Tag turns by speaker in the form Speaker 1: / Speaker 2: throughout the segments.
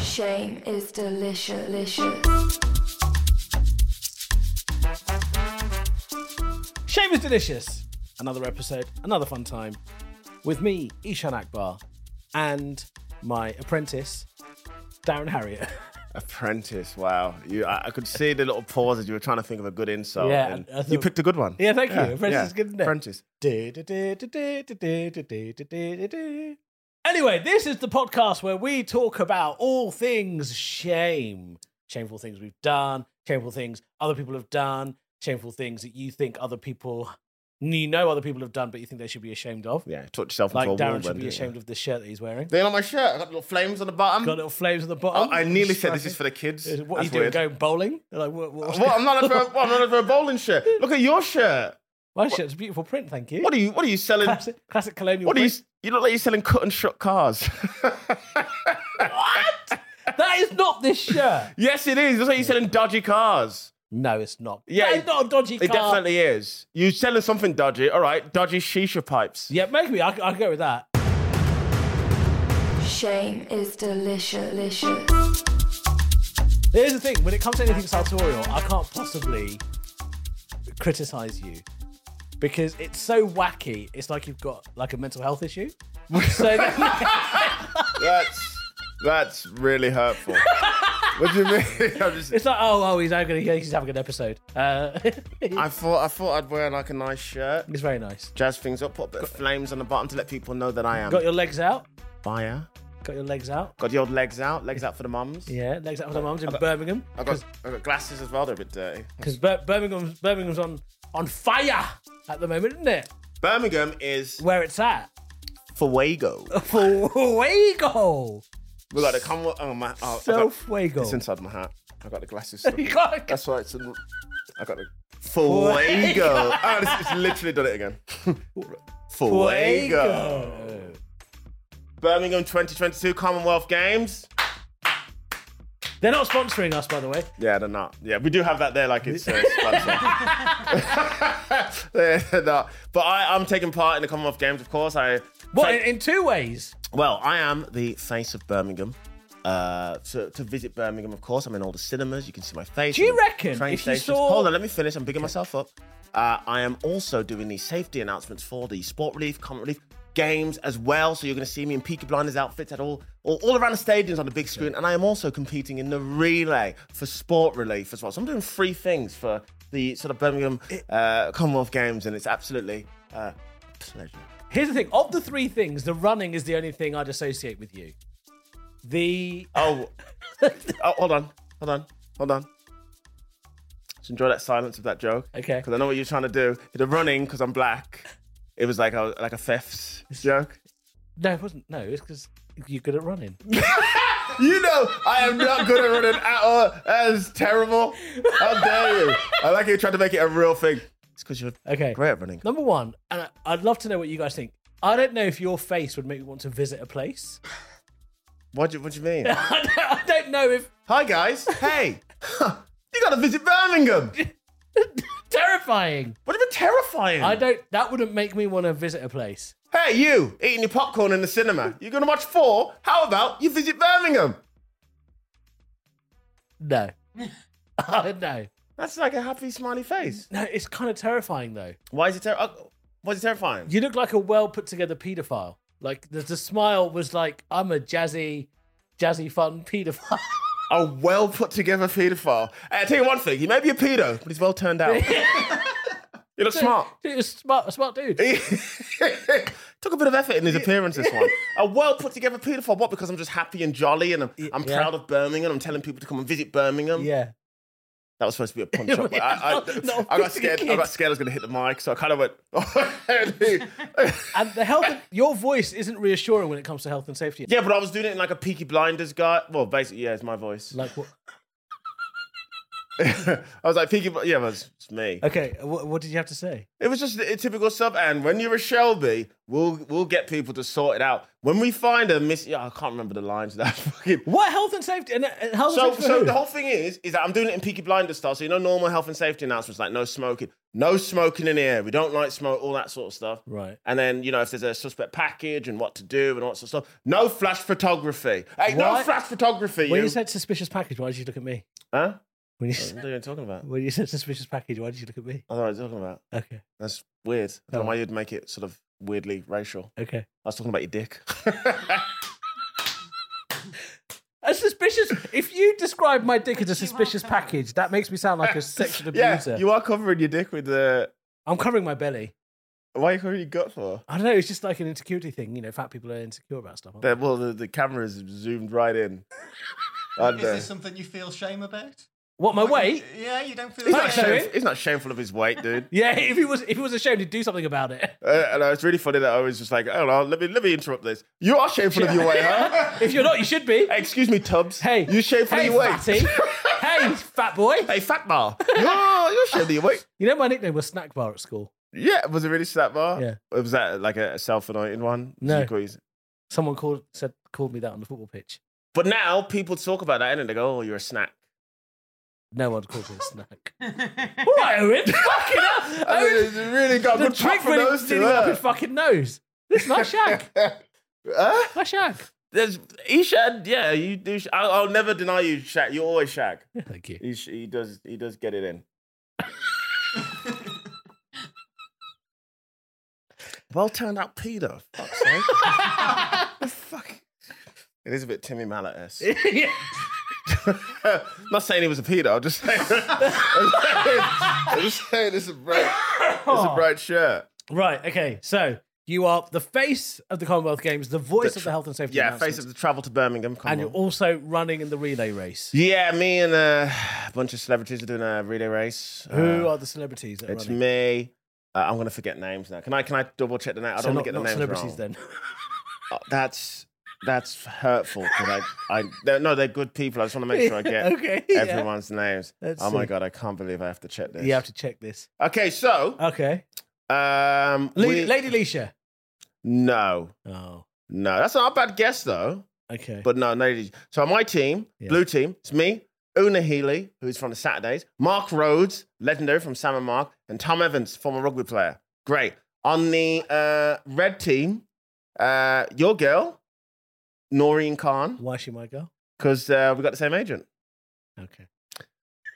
Speaker 1: Shame is delicious. delicious.
Speaker 2: Shame is delicious. Another episode, another fun time with me, Ishan Akbar, and my apprentice, Darren Harriott.
Speaker 3: Apprentice, wow. You, I, I could see the little pause as you were trying to think of a good insult.
Speaker 2: Yeah,
Speaker 3: and
Speaker 2: I- I thought-
Speaker 3: you picked a good one.
Speaker 2: Yeah, thank you. Apprentice is good, isn't it?
Speaker 3: Apprentice.
Speaker 2: Anyway, this is the podcast where we talk about all things shame. Shameful things we've done, shameful things other people have done, shameful things that you think other people, you know, other people have done, but you think they should be ashamed of.
Speaker 3: Yeah, touch yourself
Speaker 2: Like
Speaker 3: into a wall.
Speaker 2: Darren should be ashamed of the shirt that he's wearing.
Speaker 3: They on my shirt. I got little flames on the bottom.
Speaker 2: Got little flames at the
Speaker 3: Oh,
Speaker 2: bottom.
Speaker 3: I nearly said this is for the kids.
Speaker 2: Is- What are
Speaker 3: That's
Speaker 2: you doing?
Speaker 3: weird.
Speaker 2: Going bowling? Like what? what-
Speaker 3: What? I'm not over. What, I'm not over a bowling shirt. Look at your shirt.
Speaker 2: My shirt's a beautiful print, thank you.
Speaker 3: What are you? What are you selling?
Speaker 2: classic, classic colonial.
Speaker 3: What are you?
Speaker 2: print.
Speaker 3: You look like you're selling cut and shut cars.
Speaker 2: What? that is not this shirt.
Speaker 3: yes, it is. That's like you're selling dodgy cars.
Speaker 2: No, it's not.
Speaker 3: Yeah,
Speaker 2: that is not a dodgy
Speaker 3: It
Speaker 2: car.
Speaker 3: definitely is. You're selling something dodgy. All right, dodgy shisha pipes.
Speaker 2: Yeah, maybe I I go with that.
Speaker 1: Shame is delicious. delicious.
Speaker 2: Here's the thing: when it comes to anything sartorial, I can't possibly criticize you because it's so wacky. It's like you've got like a mental health issue. So
Speaker 3: That's that's really hurtful. what do you mean? I'm just,
Speaker 2: it's like, oh, oh, he's not gonna, he's having an episode. Uh,
Speaker 3: I thought I thought I'd wear like a nice shirt,
Speaker 2: it's very nice.
Speaker 3: jazz things up, put a bit of flames on the bottom to let people know that I am
Speaker 2: Got your legs out.
Speaker 3: fire.
Speaker 2: Got your legs out.
Speaker 3: Got the old legs out, legs out for the mums.
Speaker 2: Yeah, legs out for the mums in Birmingham.
Speaker 3: I got I got glasses as well. They're a bit dirty.
Speaker 2: Because Bir- Birmingham's Birmingham's on on fire at the moment, isn't it?
Speaker 3: Birmingham is
Speaker 2: Where it's at.
Speaker 3: Fuego.
Speaker 2: Oh, Fuego.
Speaker 3: We got the Commonwealth. Oh my! Oh, I
Speaker 2: So
Speaker 3: got-
Speaker 2: fuego.
Speaker 3: It's inside my hat. I got the glasses. stuck
Speaker 2: You
Speaker 3: in-
Speaker 2: got-
Speaker 3: That's why it's in. I got the Fuego. oh, this, it's literally done it again. Fuego.
Speaker 2: fuego.
Speaker 3: Birmingham 2022 Commonwealth Games.
Speaker 2: They're not sponsoring us, by the way.
Speaker 3: Yeah, they're not. Yeah, we do have that there, like it's uh, sponsor. they're not. But I, I'm taking part in the Commonwealth Games, of course. I
Speaker 2: What
Speaker 3: Thank-
Speaker 2: in, in two ways?
Speaker 3: Well, I am the face of Birmingham. Uh, to, to visit Birmingham, of course. I'm in all the cinemas. You can see my face.
Speaker 2: Do you
Speaker 3: I'm in
Speaker 2: reckon
Speaker 3: Train
Speaker 2: if you
Speaker 3: stations.
Speaker 2: saw-
Speaker 3: Hold on, let me finish. I'm bigging myself up. Uh, I am also doing the safety announcements for the sport relief, comment relief games as well. So you're going to see me in Peaky Blinders outfits at all, all, all around the stadiums on the big screen. And I am also competing in the relay for sport relief as well. So I'm doing three things for the sort of Birmingham uh, Commonwealth Games, and it's absolutely uh, pleasure.
Speaker 2: Here's the thing: of the three things, the running is the only thing I'd associate with you. The
Speaker 3: Oh, oh, hold on, hold on, hold on. Just enjoy that silence of that joke.
Speaker 2: Okay.
Speaker 3: Because I know what you're trying to do. The running, because I'm black. It was like a like a theft joke.
Speaker 2: no, it wasn't. No, it's because you're good at running.
Speaker 3: You know, I am not good at running at all. That is terrible. How dare you? I like you trying to make it a real thing. It's because you're
Speaker 2: Okay.
Speaker 3: great at running.
Speaker 2: Number one, and I- I'd love to know what you guys think. I don't know if your face would make me want to visit a place.
Speaker 3: What do you, what do you mean?
Speaker 2: I don't- I don't know if
Speaker 3: Hi guys. Hey, you got to visit Birmingham.
Speaker 2: terrifying.
Speaker 3: What have been terrifying?
Speaker 2: I don't. That wouldn't make me want to visit a place.
Speaker 3: Hey, you eating your popcorn in the cinema. You're gonna watch four? How about you visit Birmingham?
Speaker 2: No. no.
Speaker 3: That's like a happy smiley face.
Speaker 2: No, it's kind of terrifying though.
Speaker 3: Why is it ter- oh, Why is it terrifying?
Speaker 2: You look like a well put together paedophile. Like the, the smile was like, I'm a jazzy, jazzy fun paedophile.
Speaker 3: A well put together paedophile. Hey, I tell you one thing. He may be a pedo, but he's well turned out. you look smart.
Speaker 2: Dude, it's smart, a smart dude.
Speaker 3: Took a bit of effort in his appearance. This one. A well put together paedophile. What? Because I'm just happy and jolly, and I'm, I'm
Speaker 2: Yeah.
Speaker 3: proud of Birmingham. I'm telling people to come and visit Birmingham.
Speaker 2: Yeah.
Speaker 3: That was supposed to be a punch up. but I, I,
Speaker 2: No,
Speaker 3: I got scared. I got scared. I was going to hit the mic, so I kind of went. "Oh,
Speaker 2: And the health, and, your voice isn't reassuring when it comes to health and safety.
Speaker 3: yeah, but I was doing it in like a Peaky Blinders guy. Well, basically, yeah, it's my voice.
Speaker 2: Like what?
Speaker 3: I was like, Peaky, Bl- yeah, but it's, it's me.
Speaker 2: Okay, what, what did you have to say?
Speaker 3: It was just a typical sub. And when you're a Shelby, we'll we'll get people to sort it out. When we find a miss, yeah, I can't remember the lines. That fucking
Speaker 2: What health and safety? And, uh, and health
Speaker 3: So,
Speaker 2: and safety for
Speaker 3: so
Speaker 2: who?
Speaker 3: the whole thing is, is that I'm doing it in Peaky Blinders style. So you know, normal health and safety announcements like no smoking, no smoking in the air. We don't like smoke, all that sort of stuff.
Speaker 2: Right.
Speaker 3: And then you know, if there's a suspect package and what to do and all that sort of stuff. No flash photography. Hey, no
Speaker 2: What?
Speaker 3: flash photography.
Speaker 2: when
Speaker 3: you.
Speaker 2: you said suspicious package, why did you look at me?
Speaker 3: huh?
Speaker 2: When you,
Speaker 3: What
Speaker 2: said-
Speaker 3: are you talking about?
Speaker 2: when you said suspicious package, why did you look at me?
Speaker 3: I don't know what you're talking about.
Speaker 2: Okay,
Speaker 3: That's weird. I don't
Speaker 2: Oh.
Speaker 3: know why you'd make it sort of weirdly racial.
Speaker 2: okay.
Speaker 3: I was talking about your dick.
Speaker 2: A suspicious. If you describe my dick as a suspicious package, that makes me sound like a sexual
Speaker 3: yeah,
Speaker 2: abuser.
Speaker 3: you are covering your dick with the.
Speaker 2: I'm covering my belly.
Speaker 3: Why are you covering your gut for?
Speaker 2: I don't know. It's just like an insecurity thing. You know, fat people are insecure about stuff. aren't they?
Speaker 3: The, well, the, the camera is zoomed right in. And,
Speaker 4: Is
Speaker 3: uh,
Speaker 4: this something you feel shame about?
Speaker 2: What my
Speaker 4: Like,
Speaker 2: weight?
Speaker 4: Yeah, you don't feel
Speaker 3: He's
Speaker 2: Not
Speaker 3: not,
Speaker 4: shame.
Speaker 2: showing.
Speaker 3: shameful, he's not shameful of his weight, dude.
Speaker 2: Yeah. If he was, if he was ashamed, he'd do something about it.
Speaker 3: Uh, and uh, it's really funny that I was just like, oh no, let me let me interrupt this. You are shameful of your weight, huh?
Speaker 2: If you're not, you should be.
Speaker 3: Hey, Excuse me, Tubbs.
Speaker 2: Hey,
Speaker 3: you shameful
Speaker 2: hey,
Speaker 3: of your weight.
Speaker 2: fatty. hey, fat boy.
Speaker 3: Hey, fat bar. You're you're shameful of your weight.
Speaker 2: You know my nickname was Snack Bar at school.
Speaker 3: Yeah, was it really that bar?
Speaker 2: Yeah.
Speaker 3: Or was that like a, self-anointed one?
Speaker 2: No.
Speaker 3: You call yours-
Speaker 2: Someone called said called me that on the football pitch.
Speaker 3: But now people talk about that and they go, oh, you're a snack.
Speaker 2: No one called me a snack. All right, Owen. Fucking hell.
Speaker 3: I mean,
Speaker 2: Owen,
Speaker 3: it's really got
Speaker 2: the
Speaker 3: good chat
Speaker 2: trick
Speaker 3: from
Speaker 2: really
Speaker 3: those
Speaker 2: did
Speaker 3: two.
Speaker 2: up his
Speaker 3: huh?
Speaker 2: fucking nose. It's my shag.
Speaker 3: Huh?
Speaker 2: My shag.
Speaker 3: There's he shag. Yeah, you do. Sh- I'll, I'll never deny you shag. You always shag.
Speaker 2: Thank you.
Speaker 3: He, sh- he does. He does get it in. well turned out Peter. Fuck's sake. The fuck. It is a bit Timmy Mallet esque.
Speaker 2: yeah.
Speaker 3: not saying he was a Peter. I'm just saying. I'm saying, I'm just saying it's a bright. It's a bright shirt.
Speaker 2: Right, okay. So you are the face of the Commonwealth Games, the voice
Speaker 3: The
Speaker 2: of the health and safety.
Speaker 3: Yeah, face of
Speaker 2: announcements,
Speaker 3: the travel to Birmingham. Come
Speaker 2: And
Speaker 3: on.
Speaker 2: you're also running in the relay race.
Speaker 3: yeah, me and uh, a bunch of celebrities are doing a relay race.
Speaker 2: Who
Speaker 3: Uh,
Speaker 2: are the celebrities that are
Speaker 3: It's
Speaker 2: running?
Speaker 3: me. Uh, I'm gonna forget names now. Can I? Can I double check the name? I
Speaker 2: So
Speaker 3: don't
Speaker 2: not,
Speaker 3: want to get the
Speaker 2: not
Speaker 3: names
Speaker 2: celebrities
Speaker 3: wrong.
Speaker 2: then.
Speaker 3: Uh, that's that's hurtful. 'cause I, I they're, no, they're good people. I just want to make sure I get
Speaker 2: okay. yeah.
Speaker 3: everyone's names.
Speaker 2: Let's
Speaker 3: oh my
Speaker 2: see.
Speaker 3: god, I can't believe I have to check this.
Speaker 2: You have to check this.
Speaker 3: Okay, so
Speaker 2: Okay.
Speaker 3: um,
Speaker 2: Le-
Speaker 3: we-
Speaker 2: Lady Leisha.
Speaker 3: no,
Speaker 2: Oh.
Speaker 3: no, that's not a bad guess though.
Speaker 2: Okay.
Speaker 3: But no, no. So my team,
Speaker 2: Yeah.
Speaker 3: blue team, it's me, Una Healy, who's from the Saturdays, Mark Rhodes, legendary from Sam and Mark, and Tom Evans, former rugby player. Great. On the uh, red team, uh, your girl, Noreen Khan,
Speaker 2: Why she my girl?
Speaker 3: because uh, we got the same agent.
Speaker 2: Okay.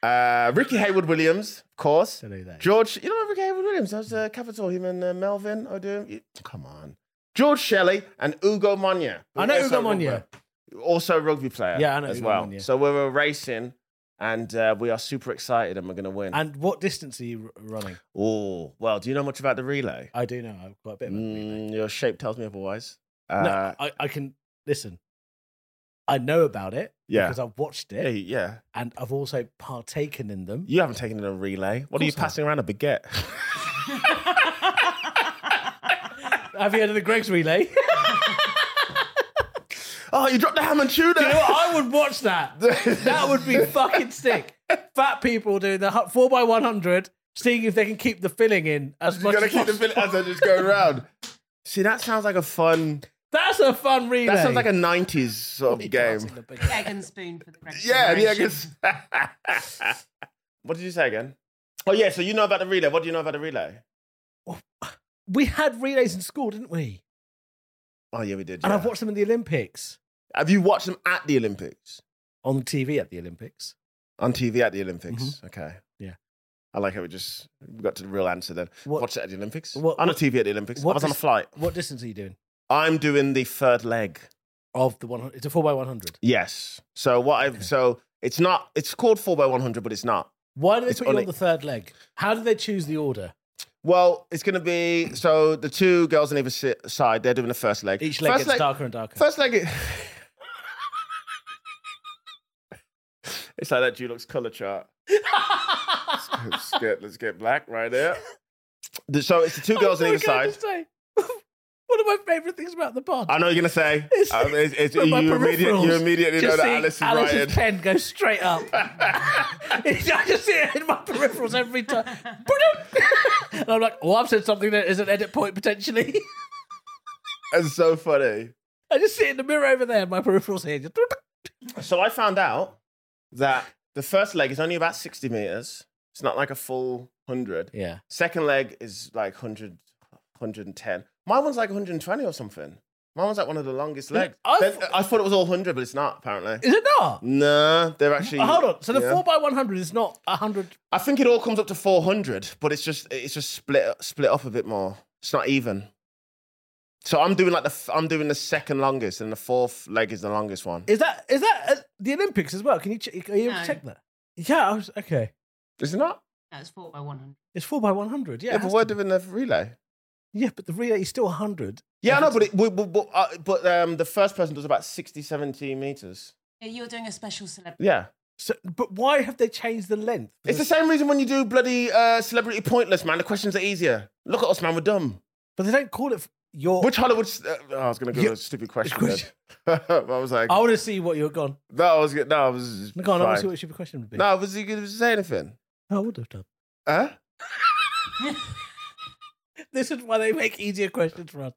Speaker 3: Uh, Ricky Haywood Williams, of course.
Speaker 2: So know that.
Speaker 3: George, you don't know Ricky Haywood Williams? That was uh, Capital, him and uh, Melvin O'Doom. You- Come on. George Shelley and Ugo Monya.
Speaker 2: I know
Speaker 3: Also
Speaker 2: Ugo Monya.
Speaker 3: rugby- Also rugby player.
Speaker 2: Yeah, I know
Speaker 3: As
Speaker 2: Ugo
Speaker 3: well.
Speaker 2: Monya.
Speaker 3: So we were racing and uh, we are super excited and we're going to win.
Speaker 2: And what distance are you r- running?
Speaker 3: oh, well, do you know much about the relay?
Speaker 2: I do know. I've got a bit of a relay.
Speaker 3: Mm, your shape tells me otherwise. Uh,
Speaker 2: No, I, I can listen. I know about it
Speaker 3: yeah.
Speaker 2: because I've watched it
Speaker 3: Yeah, yeah.
Speaker 2: and I've also partaken in them.
Speaker 3: You haven't taken in a relay. What are you
Speaker 2: course not.
Speaker 3: passing around a baguette?
Speaker 2: Have you heard of the Greg's relay? Do
Speaker 3: oh, you dropped the ham and tuna.
Speaker 2: you know what? I would watch that. That would be fucking sick. Fat people doing the hu- 4x100, seeing if they can keep the filling in as
Speaker 3: You
Speaker 2: much
Speaker 3: gotta
Speaker 2: as
Speaker 3: keep the
Speaker 2: possible.
Speaker 3: fin as I just go around. See, that sounds like a fun.
Speaker 2: That's a fun relay.
Speaker 3: That sounds like a '90s sort of game.
Speaker 5: egg and spoon for the rest
Speaker 3: Yeah, yeah. I
Speaker 5: generation.
Speaker 3: guess. what did you say again? Oh yeah, so you know about the relay. What do you know about the relay?
Speaker 2: We had relays in school, didn't we?
Speaker 3: Oh yeah, we did.
Speaker 2: And
Speaker 3: yeah.
Speaker 2: I've watched them in the Olympics
Speaker 3: Have you watched them at the Olympics?
Speaker 2: on TV at the Olympics.
Speaker 3: On TV at the Olympics. Okay.
Speaker 2: Mm-hmm. Yeah.
Speaker 3: I like how we just we got to the real answer then.
Speaker 2: What-
Speaker 3: Watch it at the Olympics.
Speaker 2: what-
Speaker 3: on
Speaker 2: what-
Speaker 3: a TV at the Olympics.
Speaker 2: what
Speaker 3: I was on a
Speaker 2: does-
Speaker 3: flight.
Speaker 2: What distance are you doing
Speaker 3: I'm doing the third leg.
Speaker 2: of the 100? It's a 4x100.
Speaker 3: Yes. So what I've so it's not it's called four by one hundred, but it's not.
Speaker 2: Why do they
Speaker 3: It's
Speaker 2: put you
Speaker 3: on
Speaker 2: on
Speaker 3: it.
Speaker 2: the third leg? How do they choose the order?
Speaker 3: Well, it's going to be so the two girls on either si- side. They're doing the first leg.
Speaker 2: Each leg
Speaker 3: first
Speaker 2: gets darker and darker.
Speaker 3: First leg. i- it's like that Dulux color chart. let's get let's get black right there. The- So it's the two girls on
Speaker 2: I
Speaker 3: either
Speaker 2: was going
Speaker 3: side.
Speaker 2: to say, what am of my favorite things about the pod.
Speaker 3: I know what you're gonna say.
Speaker 2: It's-
Speaker 3: Um, it's- it's-
Speaker 2: with
Speaker 3: you,
Speaker 2: my
Speaker 3: immediate- you
Speaker 2: peripherals,
Speaker 3: immediately know
Speaker 2: just
Speaker 3: that
Speaker 2: seeing
Speaker 3: Alice is
Speaker 2: Alice's
Speaker 3: right.
Speaker 2: pen go straight up. I just see it in my peripherals every time. and I'm like, oh, I've said something that is an edit point potentially.
Speaker 3: It's so funny.
Speaker 2: I just see it in the mirror over there. My peripherals here. Just
Speaker 3: So I found out that the first leg is only about 60 meters. It's not like a full 100.
Speaker 2: yeah.
Speaker 3: Second leg is like 100, 110. My one's like 120 or something. My one's like one of the longest legs.
Speaker 2: I
Speaker 3: I,
Speaker 2: thought-
Speaker 3: I thought it was all 100, but it's not, apparently.
Speaker 2: Is it not?
Speaker 3: Nah, they're actually.
Speaker 2: Oh, hold on. So the
Speaker 3: Mm, yeah.
Speaker 2: four by one hundred is not hundred.
Speaker 3: I think it all comes up to 400, but it's just it's just split split up a bit more. It's not even. So I'm doing like the f- I'm doing the second longest, and the fourth leg is the longest one.
Speaker 2: Is that is that at the Olympics as well? Can you check? Are you able to
Speaker 5: No.
Speaker 2: check that? Yeah. I was, okay.
Speaker 3: Is it not?
Speaker 5: No, it's four by one hundred.
Speaker 2: It's four by one hundred. Yeah.
Speaker 3: Yeah,
Speaker 2: it
Speaker 3: but
Speaker 2: has
Speaker 3: we're
Speaker 2: to be.
Speaker 3: doing the relay.
Speaker 2: yeah, but the relay is still hundred.
Speaker 3: Yeah, I know, but it, we, we, but, uh, but um, the first person does about 60, 70 meters.
Speaker 5: Yeah, you're doing a special celebrity.
Speaker 3: Yeah.
Speaker 2: So, but why have they changed the length? for
Speaker 3: It's the
Speaker 2: this-
Speaker 3: same reason when you do bloody uh, celebrity pointless, man. The questions are easier. Look at us, man. We're dumb.
Speaker 2: But they don't call it f- your.
Speaker 3: Which Hollywood? s- Uh, oh, I was gonna go
Speaker 2: You-
Speaker 3: with a stupid question. then. I was like,
Speaker 2: I want to see what you're gone.
Speaker 3: no, I was good. No, I was.
Speaker 2: Go on, I want to see
Speaker 3: fine.
Speaker 2: what your question would be.
Speaker 3: No, was he gonna say anything?
Speaker 2: I would have done.
Speaker 3: Huh?
Speaker 2: This is why they make easier questions for us.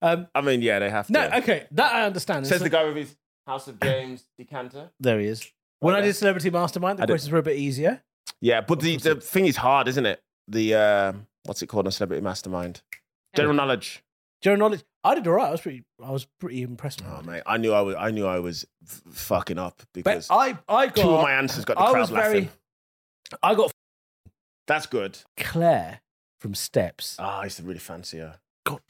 Speaker 2: Um,
Speaker 3: I mean, yeah, they have to.
Speaker 2: no, okay, that I understand.
Speaker 3: Says
Speaker 2: So-
Speaker 3: the guy with his House of Games decanter.
Speaker 2: there he is. When I
Speaker 3: Okay.
Speaker 2: did Celebrity Mastermind, the
Speaker 3: Oh, I did-
Speaker 2: questions were a bit easier.
Speaker 3: Yeah, but the, the thing is hard, isn't it? The uh, what's it called? A celebrity mastermind. General knowledge.
Speaker 2: General knowledge. I did all right. I was pretty. I was pretty impressed. with
Speaker 3: Oh
Speaker 2: it.
Speaker 3: mate, I knew I was. I knew I was f- fucking up
Speaker 2: but
Speaker 3: because
Speaker 2: I, I got.
Speaker 3: two of my answers got the
Speaker 2: I
Speaker 3: crowd
Speaker 2: was
Speaker 3: laughing.
Speaker 2: very. I got
Speaker 3: That's good.
Speaker 2: Claire from Steps.
Speaker 3: Ah, I used to really fancy her.
Speaker 2: God,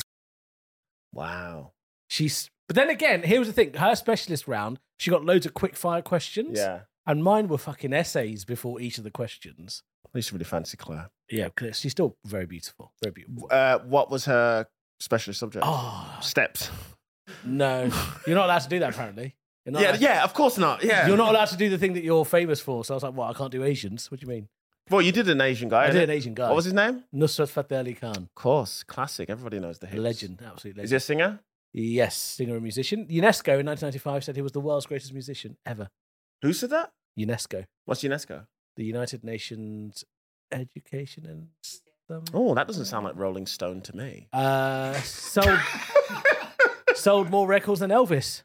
Speaker 3: Wow.
Speaker 2: she's. But then again, here was the thing. Her specialist round, she got loads of quick fire questions.
Speaker 3: Yeah,
Speaker 2: And mine were fucking essays before each of the questions.
Speaker 3: I used to really fancy Claire.
Speaker 2: Yeah, 'cause she's still very beautiful. Very beautiful.
Speaker 3: Uh, what was her specialist subject?
Speaker 2: Oh
Speaker 3: Steps.
Speaker 2: no, you're not allowed to do that. Apparently, you're not
Speaker 3: yeah,
Speaker 2: allowed-
Speaker 3: yeah. Of course not. Yeah,
Speaker 2: You're not allowed to do the thing that you're famous for. So I was like, "Well, I can't do Asians." What do you mean?
Speaker 3: Well, you did an Asian guy.
Speaker 2: I
Speaker 3: innit?
Speaker 2: did an Asian guy.
Speaker 3: What was his name?
Speaker 2: Nusrat Fateh Ali Khan,
Speaker 3: Of course, classic. Everybody knows the hits.
Speaker 2: legend, absolute
Speaker 3: Is
Speaker 2: legend.
Speaker 3: he a singer?
Speaker 2: Yes, singer and musician. UNESCO in 1995 said he was the world's greatest musician ever.
Speaker 3: Who said that?
Speaker 2: UNESCO,
Speaker 3: What's UNESCO?
Speaker 2: the United Nations Education and something.
Speaker 3: Oh, that doesn't sound like Rolling Stone to me.
Speaker 2: Uh, sold sold more records than Elvis.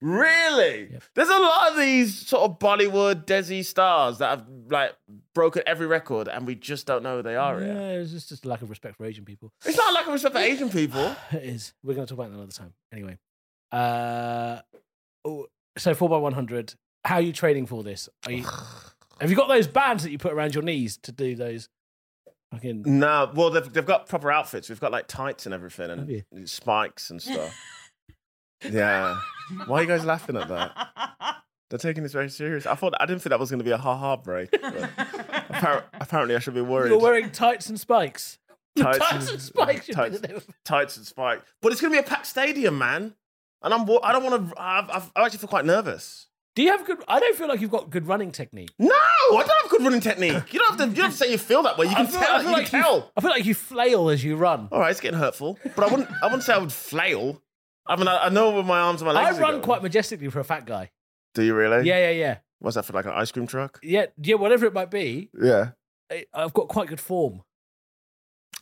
Speaker 3: Really?
Speaker 2: Yep.
Speaker 3: There's a lot of these sort of Bollywood Desi stars that have like broken every record and we just don't know who they are. yet.
Speaker 2: Yeah, it's just, just a lack of respect for Asian people.
Speaker 3: It's not like I'm respect for Asian people.
Speaker 2: It is. We're going to talk about that another time. Anyway, uh, oh, so four by one hundred. How are you training for this? Are you, have you got those bands that you put around your knees to do those? Fucking
Speaker 3: No, well they've they've got proper outfits. We've got like tights and everything
Speaker 2: Have you?
Speaker 3: and spikes and stuff. yeah. Why are you guys laughing at that? They're taking this very serious. I thought I didn't think that was going to be a ha ha break. but appar- apparently, I should be worried.
Speaker 2: you're wearing tights and spikes. Tights, and spikes. should be
Speaker 3: tights-
Speaker 2: the name of it.
Speaker 3: tights and spike. But it's gonna be a packed stadium, man. And I'm, wa- I don't want to. I've, I've, I actually feel quite nervous.
Speaker 2: Do you have good? I don't feel like you've got good running technique.
Speaker 3: No, I don't have good running technique. You don't have to. You don't have to say you feel that way. You can
Speaker 2: I feel- I
Speaker 3: tell.
Speaker 2: feel
Speaker 3: You can
Speaker 2: like you-
Speaker 3: tell.
Speaker 2: I feel like you flail as you run.
Speaker 3: All right, it's getting hurtful, but I wouldn't. I wouldn't say I would flail. I mean, I, I know where my arms and Oh, my
Speaker 2: I
Speaker 3: legs. are
Speaker 2: run
Speaker 3: going.
Speaker 2: quite majestically for a fat guy.
Speaker 3: Do you really?
Speaker 2: Yeah, yeah, yeah,
Speaker 3: What's that for? Like an ice cream truck?
Speaker 2: yeah, yeah. Whatever it might be,
Speaker 3: Yeah.
Speaker 2: I- I've got quite good form.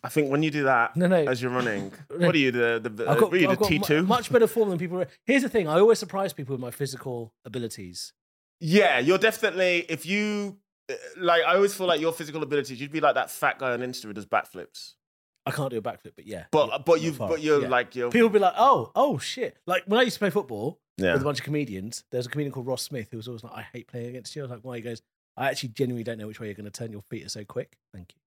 Speaker 3: I think when you do that
Speaker 2: No, no.
Speaker 3: as you're running, what are you the the, the
Speaker 2: Uh, I've got,
Speaker 3: what are you
Speaker 2: I've
Speaker 3: the
Speaker 2: got
Speaker 3: T
Speaker 2: mu-
Speaker 3: two?
Speaker 2: much better form than people. re- Here's the thing: I always surprise people with my physical abilities.
Speaker 3: Yeah, you're definitely if you uh, like. I always feel like your physical abilities. You'd be like that fat guy on Insta who does backflips.
Speaker 2: I can't do a backflip, but yeah.
Speaker 3: But
Speaker 2: yeah,
Speaker 3: but
Speaker 2: not
Speaker 3: you
Speaker 2: far,
Speaker 3: but you're
Speaker 2: yeah.
Speaker 3: like you're
Speaker 2: people be like, oh oh shit! Like when I used to play football
Speaker 3: yeah.
Speaker 2: with a bunch of comedians, there was a comedian called Ross Smith who was always like, I hate playing against you. I was like, why? He goes, I actually genuinely don't know which way you're going to turn. Your feet are so quick. Thank you.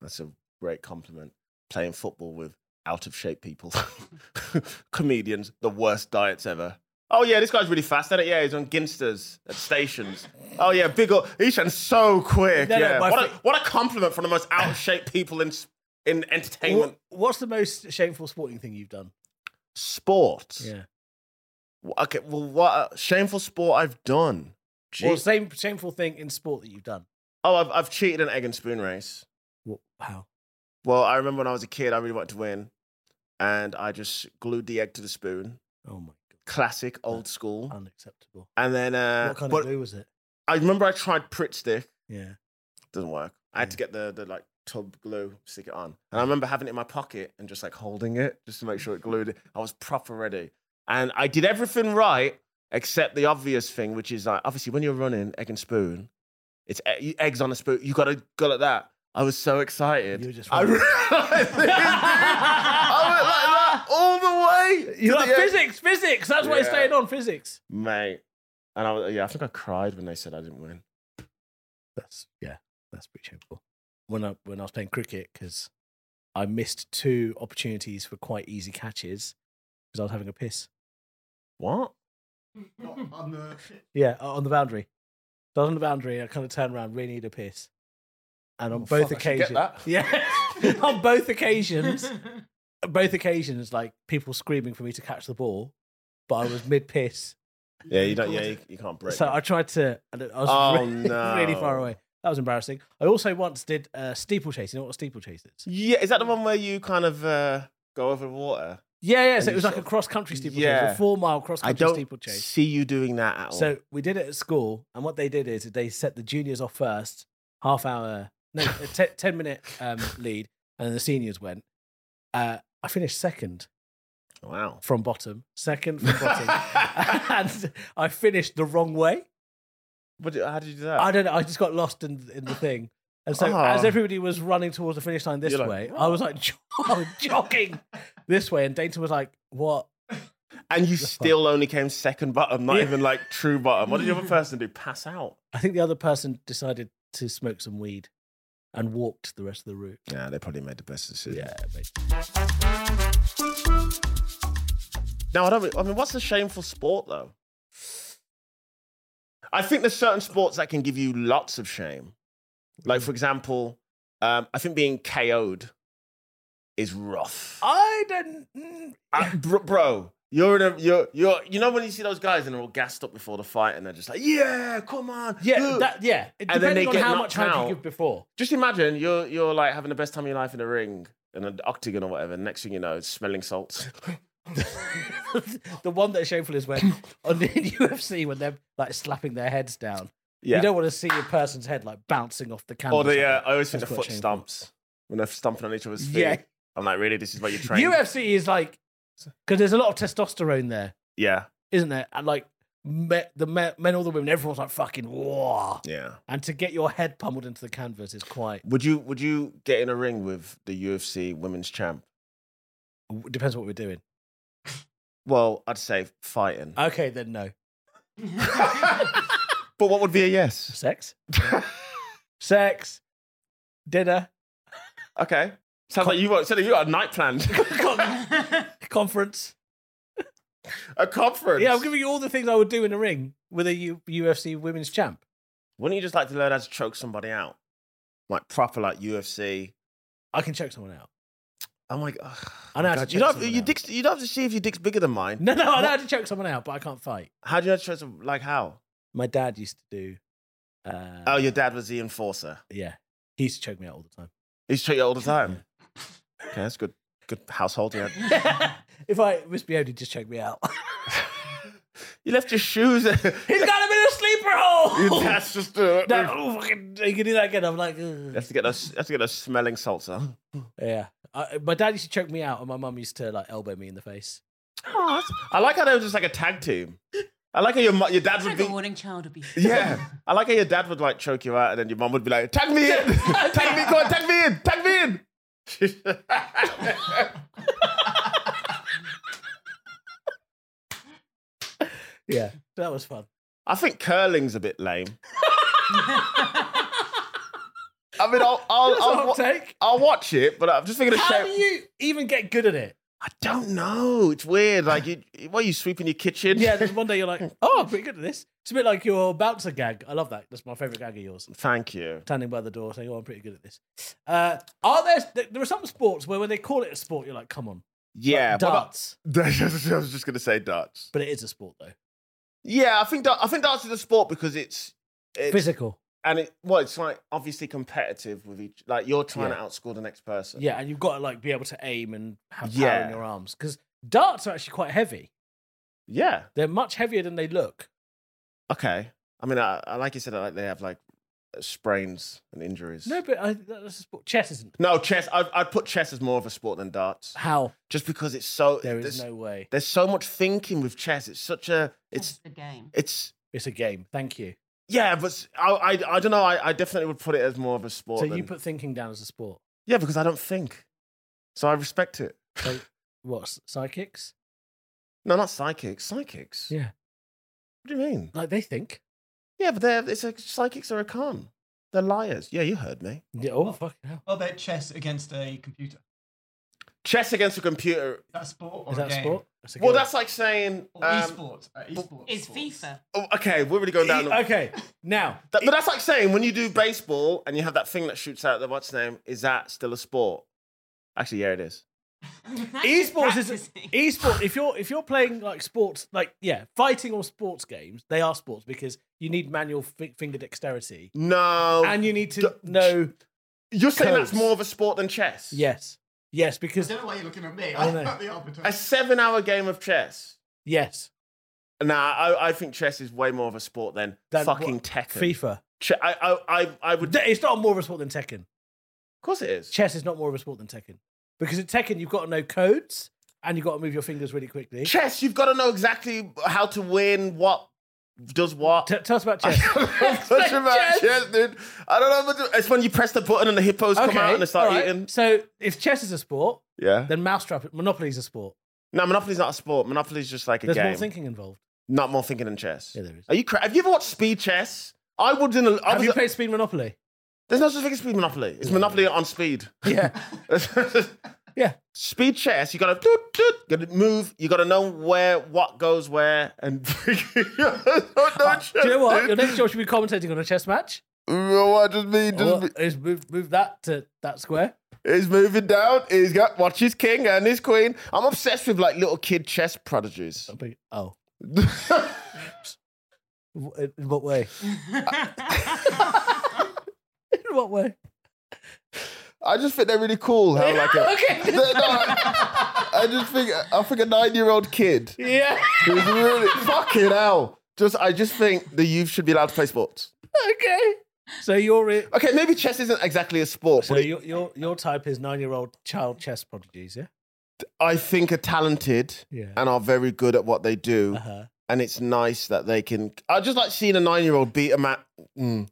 Speaker 3: That's a great compliment. Playing football with out of shape people, comedians, the worst diets ever. Oh yeah, this guy's really fast at it. Yeah, he's on Ginsters at stations. Oh yeah, big up. Ishan's so quick.
Speaker 2: No, no,
Speaker 3: yeah,
Speaker 2: my
Speaker 3: what, a,
Speaker 2: fa-
Speaker 3: what a compliment from the most out of shape people in s- in entertainment
Speaker 2: Wha- what's the most shameful sporting thing you've done?
Speaker 3: sports.
Speaker 2: Yeah.
Speaker 3: W- Okay, well, what a shameful sport I've done. Gee.
Speaker 2: Or same shameful thing in sport that you've done.
Speaker 3: oh, I've I've cheated an egg and spoon race.
Speaker 2: Wha- How?
Speaker 3: Well, I remember when I was a kid, I really wanted to win. and I just glued the egg to the spoon.
Speaker 2: Oh my
Speaker 3: Classic, old school.
Speaker 2: god, unacceptable.
Speaker 3: And then Mm. uh,
Speaker 2: Uh, what kind
Speaker 3: but
Speaker 2: of glue was it?
Speaker 3: I remember I tried Pritt stick.
Speaker 2: Yeah.
Speaker 3: Doesn't work. I had
Speaker 2: Yeah.
Speaker 3: to get the the like tub glue, stick it on.
Speaker 2: Mm.
Speaker 3: And I remember having it in my pocket and just like holding it just to make sure it glued. it. I was proper ready. And I did everything right except the obvious thing, which is like obviously when you're running egg and spoon, it's e- eggs on a spoon. You gotta go like that. I was so excited.
Speaker 2: You were just
Speaker 3: I
Speaker 2: running.
Speaker 3: realized it. I went like that all the way. to
Speaker 2: You're like,
Speaker 3: the end.
Speaker 2: physics, physics. That's why it's
Speaker 3: Yeah.
Speaker 2: staying on physics.
Speaker 3: mate. And I was, yeah, I think I cried when they said I didn't win.
Speaker 2: That's yeah, that's pretty shameful. When I when I was playing cricket, because I missed two opportunities for quite easy catches because I was having a piss.
Speaker 3: What?
Speaker 4: Not on the pitch.
Speaker 2: Yeah, o- on the boundary. So I was on the boundary. I kind of turned around, really need a piss, and on
Speaker 3: Oh,
Speaker 2: both
Speaker 3: fuck, I should
Speaker 2: occasions,
Speaker 3: get that.
Speaker 2: yeah, on both occasions, both occasions, like people screaming for me to catch the ball, but I was mid piss,
Speaker 3: Yeah, you don't. Yeah, you, you can't break.
Speaker 2: so
Speaker 3: it.
Speaker 2: I tried to. I don't- I was
Speaker 3: Oh,
Speaker 2: really, really far
Speaker 3: no.
Speaker 2: away. That was embarrassing. I also once did uh, steeplechase. You know what a steeplechase is?
Speaker 3: Yeah, is that the one where you kind of uh, go over water?
Speaker 2: Yeah, yeah.
Speaker 3: And
Speaker 2: So it
Speaker 3: you
Speaker 2: was like a
Speaker 3: sort of-
Speaker 2: cross country steeplechase,
Speaker 3: Yeah.
Speaker 2: a four mile cross country steeplechase.
Speaker 3: see you doing that at all.
Speaker 2: So we did it at school, and what they did is they set the juniors off first, half hour, no, a te- ten minute um, lead, and then the seniors went. Uh, I finished second
Speaker 3: wow.
Speaker 2: from bottom, second from bottom, and I finished the wrong way.
Speaker 3: What do- how did you do that?
Speaker 2: I don't know. I just got lost in in the thing. And so,
Speaker 3: Oh.
Speaker 2: as everybody was running towards the finish line this
Speaker 3: You're like,
Speaker 2: way, I was like jog- jogging this way, and Dayton was like, "What?
Speaker 3: and you still only came second bottom, not
Speaker 2: Yeah.
Speaker 3: even like true bottom. What did the other person do? Pass out?
Speaker 2: I think the other person decided to smoke some weed and walked the rest of the route.
Speaker 3: Yeah, they probably made the best decision.
Speaker 2: mate.
Speaker 3: No, I don't. re- I mean, what's the shameful sport though? I think there's certain sports that can give you lots of shame. Like,
Speaker 2: Mm-hmm.
Speaker 3: for example, um, I think being KO'd is rough.
Speaker 2: I don't. mm,
Speaker 3: I- bro, bro, you're in a you're you're you know when you see those guys and they're all gassed up before the fight and they're just like, yeah, come on,
Speaker 2: Yeah,
Speaker 3: Ugh."
Speaker 2: that, yeah. It-
Speaker 3: And then they
Speaker 2: Depending on
Speaker 3: get
Speaker 2: how
Speaker 3: knocked
Speaker 2: much hype
Speaker 3: out.
Speaker 2: you give before.
Speaker 3: just imagine you're you're like having the best time of your life in a ring in an octagon or whatever. And next thing you know, it's smelling salts.
Speaker 2: the one that's shameful is when on the UFC when they're like slapping their heads down.
Speaker 3: Yeah,
Speaker 2: You don't want to see a person's head like bouncing off the camera.
Speaker 3: or the uh, I always think
Speaker 2: That's
Speaker 3: the
Speaker 2: quite
Speaker 3: foot
Speaker 2: shameful.
Speaker 3: stumps when they're stomping on each other's feet.
Speaker 2: Yeah.
Speaker 3: I'm like, really, this is what you train.
Speaker 2: UFC is like because there's a lot of testosterone there,
Speaker 3: yeah,
Speaker 2: isn't there? And like me, the men, men or the women, everyone's like fucking whoa.
Speaker 3: yeah.
Speaker 2: And to get your head pummeled into the canvas is quite
Speaker 3: Would you would you get in a ring with the UFC women's champ?
Speaker 2: depends what we're doing.
Speaker 3: Well, I'd say fighting.
Speaker 2: Okay, then no.
Speaker 3: but what would be a yes?
Speaker 2: Sex? Sex. Dinner.
Speaker 3: Okay. Sounds like you got, sounds like you got a night planned.
Speaker 2: Con- conference.
Speaker 3: a conference.
Speaker 2: Yeah, I'm giving you all the things I would do in a ring with a U- UFC women's champ.
Speaker 3: Wouldn't you just like to learn how to choke somebody out? Like proper like UFC.
Speaker 2: I can choke someone out.
Speaker 3: I'm like,
Speaker 2: I know how to
Speaker 3: you
Speaker 2: choke
Speaker 3: don't have,
Speaker 2: someone
Speaker 3: your
Speaker 2: out.
Speaker 3: dick's, you don't have to see if your dick's bigger than mine.
Speaker 2: No, no, I know how to choke someone out, but I can't fight.
Speaker 3: How do you know how to choke some, like how?
Speaker 2: My dad used to do. Uh,
Speaker 3: oh, your dad was the enforcer.
Speaker 2: Yeah. He used to choke me out all the time.
Speaker 3: He used to choke you all the time. okay, that's good. Good household. Yeah.
Speaker 2: if I misbehaved, he'd just choke me out.
Speaker 3: you left your shoes.
Speaker 2: He's got him in a sleeper hole!
Speaker 3: your dad's just. Uh,
Speaker 2: That- oh, fucking, he can do that again. I'm like,
Speaker 3: You
Speaker 2: ugh.
Speaker 3: have to get those. You have to get those smelling salts on.
Speaker 2: yeah. I, my dad used to choke me out, and my mum used to like elbow me in the face.
Speaker 3: I like how they were just like a tag team. I like how your mu- your dad would
Speaker 5: Like a
Speaker 3: be.
Speaker 5: warning child abuse.
Speaker 3: Yeah, I like how your dad would like choke you out, and then your mum would be like, "Tag me in, tag me, go on, tag me in, tag me in."
Speaker 2: Yeah, that was fun.
Speaker 3: I think curling's a bit lame. I mean, I'll I'll,
Speaker 2: That's a
Speaker 3: I'll,
Speaker 2: hot
Speaker 3: wa-
Speaker 2: take.
Speaker 3: I'll watch it, but I'm just thinking of
Speaker 2: How
Speaker 3: shame.
Speaker 2: do you even get good at it?
Speaker 3: I don't know. It's weird. Like, you, what are you sweeping your kitchen?
Speaker 2: Yeah, there's one day you're like, oh, I'm pretty good at this. It's a bit like your bouncer gag. I love that. That's my favorite gag of yours.
Speaker 3: Thank you.
Speaker 2: Standing by the door saying, oh, I'm pretty good at this. Uh, are there, there- there are some sports where when they call it a sport, you're like, come on.
Speaker 3: Yeah, what about-
Speaker 2: darts.
Speaker 3: I was just gonna say darts.
Speaker 2: But it is a sport, though.
Speaker 3: Yeah, I think that, I think darts is a sport because it's, it's
Speaker 2: Physical.
Speaker 3: and it well, it's like obviously competitive with each. Like you're trying to outscore the next person.
Speaker 2: Yeah, and you've got to like be able to aim and have power
Speaker 3: Yeah.
Speaker 2: in your arms because darts are actually quite heavy.
Speaker 3: yeah.
Speaker 2: They're much heavier than they look.
Speaker 3: Okay. I mean, I, I like you said, I like they have like sprains and injuries.
Speaker 2: No, but I, that's a sport. chess isn't.
Speaker 3: No, chess. I'd, I'd put chess as more of a sport than darts,
Speaker 2: How
Speaker 3: just because it's so
Speaker 2: there is
Speaker 3: there's,
Speaker 2: no way.
Speaker 3: there's so much thinking with chess. It's such a it's
Speaker 5: It's the game.
Speaker 3: it's
Speaker 2: It's a game. Thank you.
Speaker 3: yeah, but s- I I, don't know. I, I definitely would put it as more of a sport.
Speaker 2: so you
Speaker 3: than-
Speaker 2: put thinking down as a sport.
Speaker 3: yeah, because I don't think, so I respect it.
Speaker 2: So what? s- Psychics?
Speaker 3: No, not psychics. Psychics.
Speaker 2: Yeah.
Speaker 3: What do you mean?
Speaker 2: Like they think?
Speaker 3: Yeah, but they're it's like psychics are a con. They're liars. Yeah, you heard me.
Speaker 2: Yeah, oh fucking hell!
Speaker 4: What about chess against a computer? Is
Speaker 3: Chess against a computer.
Speaker 4: that a sport or
Speaker 2: Is that
Speaker 4: a
Speaker 2: a
Speaker 4: game?
Speaker 2: sport? That's a
Speaker 3: Well,
Speaker 2: game.
Speaker 3: that's like saying
Speaker 4: Or
Speaker 3: um,
Speaker 4: esports. Uh, esports.
Speaker 5: It's
Speaker 4: sports.
Speaker 5: FIFA.
Speaker 3: Oh, okay, we're really going down.
Speaker 2: E-
Speaker 3: the-
Speaker 2: okay. Now,
Speaker 3: That- but that's like saying when you do baseball and you have that thing that shoots out the what's name, is that still a sport? Actually, yeah, it is.
Speaker 2: esports is e-
Speaker 5: Practicing.
Speaker 2: esport. If you're if you're playing like sports, like yeah, fighting or sports games, they are sports because you need manual fi- finger dexterity
Speaker 3: No,
Speaker 2: and you need to
Speaker 3: d-
Speaker 2: know.
Speaker 3: you're saying
Speaker 2: codes.
Speaker 3: that's more of a sport than chess.
Speaker 2: Yes, yes,
Speaker 4: I
Speaker 2: because
Speaker 4: don't know why you're looking at me.
Speaker 2: I
Speaker 4: I'm
Speaker 2: know.
Speaker 4: not the arbiter.
Speaker 3: a seven-hour game of chess.
Speaker 2: yes,
Speaker 3: Nah, I, I think chess is way more of a sport than,
Speaker 2: Than
Speaker 3: fucking
Speaker 2: what?
Speaker 3: Tekken.
Speaker 2: FIFA.
Speaker 3: Che- I, I, I, I would. Of
Speaker 2: It's not more of a sport than Tekken.
Speaker 3: course, it is.
Speaker 2: Chess is not more of a sport than Tekken because in Tekken you've got to know codes and you've got to move your fingers really quickly.
Speaker 3: Chess, you've got to know exactly how to win, what does what.
Speaker 2: T- tell us about
Speaker 3: I
Speaker 2: chess.
Speaker 3: don't know much about
Speaker 2: Chess.
Speaker 3: chess, dude. I don't know much. It's when you press the button and the hippos come out and they start
Speaker 2: all right.
Speaker 3: eating.
Speaker 2: So if chess is a sport,
Speaker 3: Yeah.
Speaker 2: then mousetrap Monopoly is a sport.
Speaker 3: No, Monopoly's not a sport. Monopoly's just like a
Speaker 2: There's
Speaker 3: game.
Speaker 2: more thinking involved.
Speaker 3: Not more thinking than chess.
Speaker 2: Yeah, there is.
Speaker 3: Are you cra- Have you ever watched Speed Chess? I would in a, I
Speaker 2: Have
Speaker 3: was
Speaker 2: you
Speaker 3: a-
Speaker 2: played Speed Monopoly?
Speaker 3: There's no such thing as Speed Monopoly. It's Monopoly on speed.
Speaker 2: Yeah. Yeah.
Speaker 3: Speed chess, you gotta doot, doot, gotta move, you gotta know where what goes where and I don't know chess,
Speaker 2: Uh, Do you know what?
Speaker 3: dude.
Speaker 2: Your next job should be commentating on a chess match.
Speaker 3: Well, what does me just
Speaker 2: Or
Speaker 3: me-
Speaker 2: is move, move that to that square.
Speaker 3: He's moving down, he's got watch his king and his queen. I'm obsessed with like little kid chess prodigies.
Speaker 2: That'd be- Oh. W- uh, In what way? In what way?
Speaker 3: I just think they're really cool. How like a,
Speaker 2: Okay.
Speaker 3: No, no, I, I just think I think a nine-year-old kid
Speaker 2: Yeah.
Speaker 3: who's really fucking hell. Just I just think the youth should be allowed to play sports.
Speaker 2: Okay. So you're it.
Speaker 3: Okay, maybe chess isn't exactly a sport,
Speaker 2: So
Speaker 3: but it-
Speaker 2: your your your type is nine year old child chess prodigies, yeah?
Speaker 3: I think are talented
Speaker 2: Yeah.
Speaker 3: and are very good at what they do,
Speaker 2: Uh-huh.
Speaker 3: and it's nice that they can. I just like seeing a nine-year-old beat a man. Mm.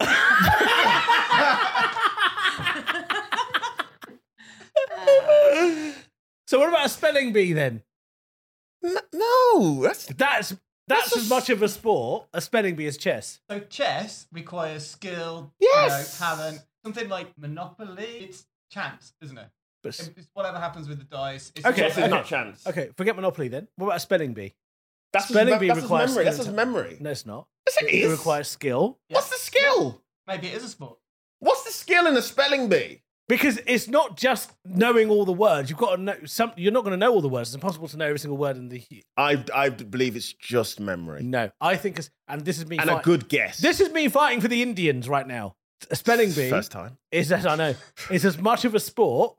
Speaker 2: So what about a spelling bee then?
Speaker 3: N- No, that's
Speaker 2: That's that's as much of a sport a spelling bee as chess.
Speaker 4: So chess requires skill,
Speaker 3: Yes!
Speaker 4: you know, talent. Something like Monopoly, it's chance, isn't it?
Speaker 2: But s-
Speaker 4: It's whatever happens with the dice. It's
Speaker 2: Okay,
Speaker 4: whatever-
Speaker 2: okay.
Speaker 3: chance.
Speaker 2: okay, forget Monopoly then. What about a spelling bee?
Speaker 3: That's his
Speaker 2: Spelling
Speaker 3: mem-
Speaker 2: bee
Speaker 3: that's his
Speaker 2: requires
Speaker 3: memory. That's
Speaker 2: skill
Speaker 3: his
Speaker 2: and
Speaker 3: memory.
Speaker 2: No, it's not.
Speaker 3: Yes, it
Speaker 2: It
Speaker 3: is.
Speaker 2: requires skill.
Speaker 3: What's the skill?
Speaker 4: Maybe it is a sport.
Speaker 3: What's the skill in a spelling bee?
Speaker 2: Because it's not just knowing all the words. You've got to know some. You're not going to know all the words. It's impossible to know every single word in the. hu-
Speaker 3: I I believe it's just memory
Speaker 2: No, I think it's and this is me.
Speaker 3: and
Speaker 2: fight-
Speaker 3: a good guess.
Speaker 2: This is me fighting for the Indians right now. A spelling bee
Speaker 3: first time.
Speaker 2: is that I know is as much of a sport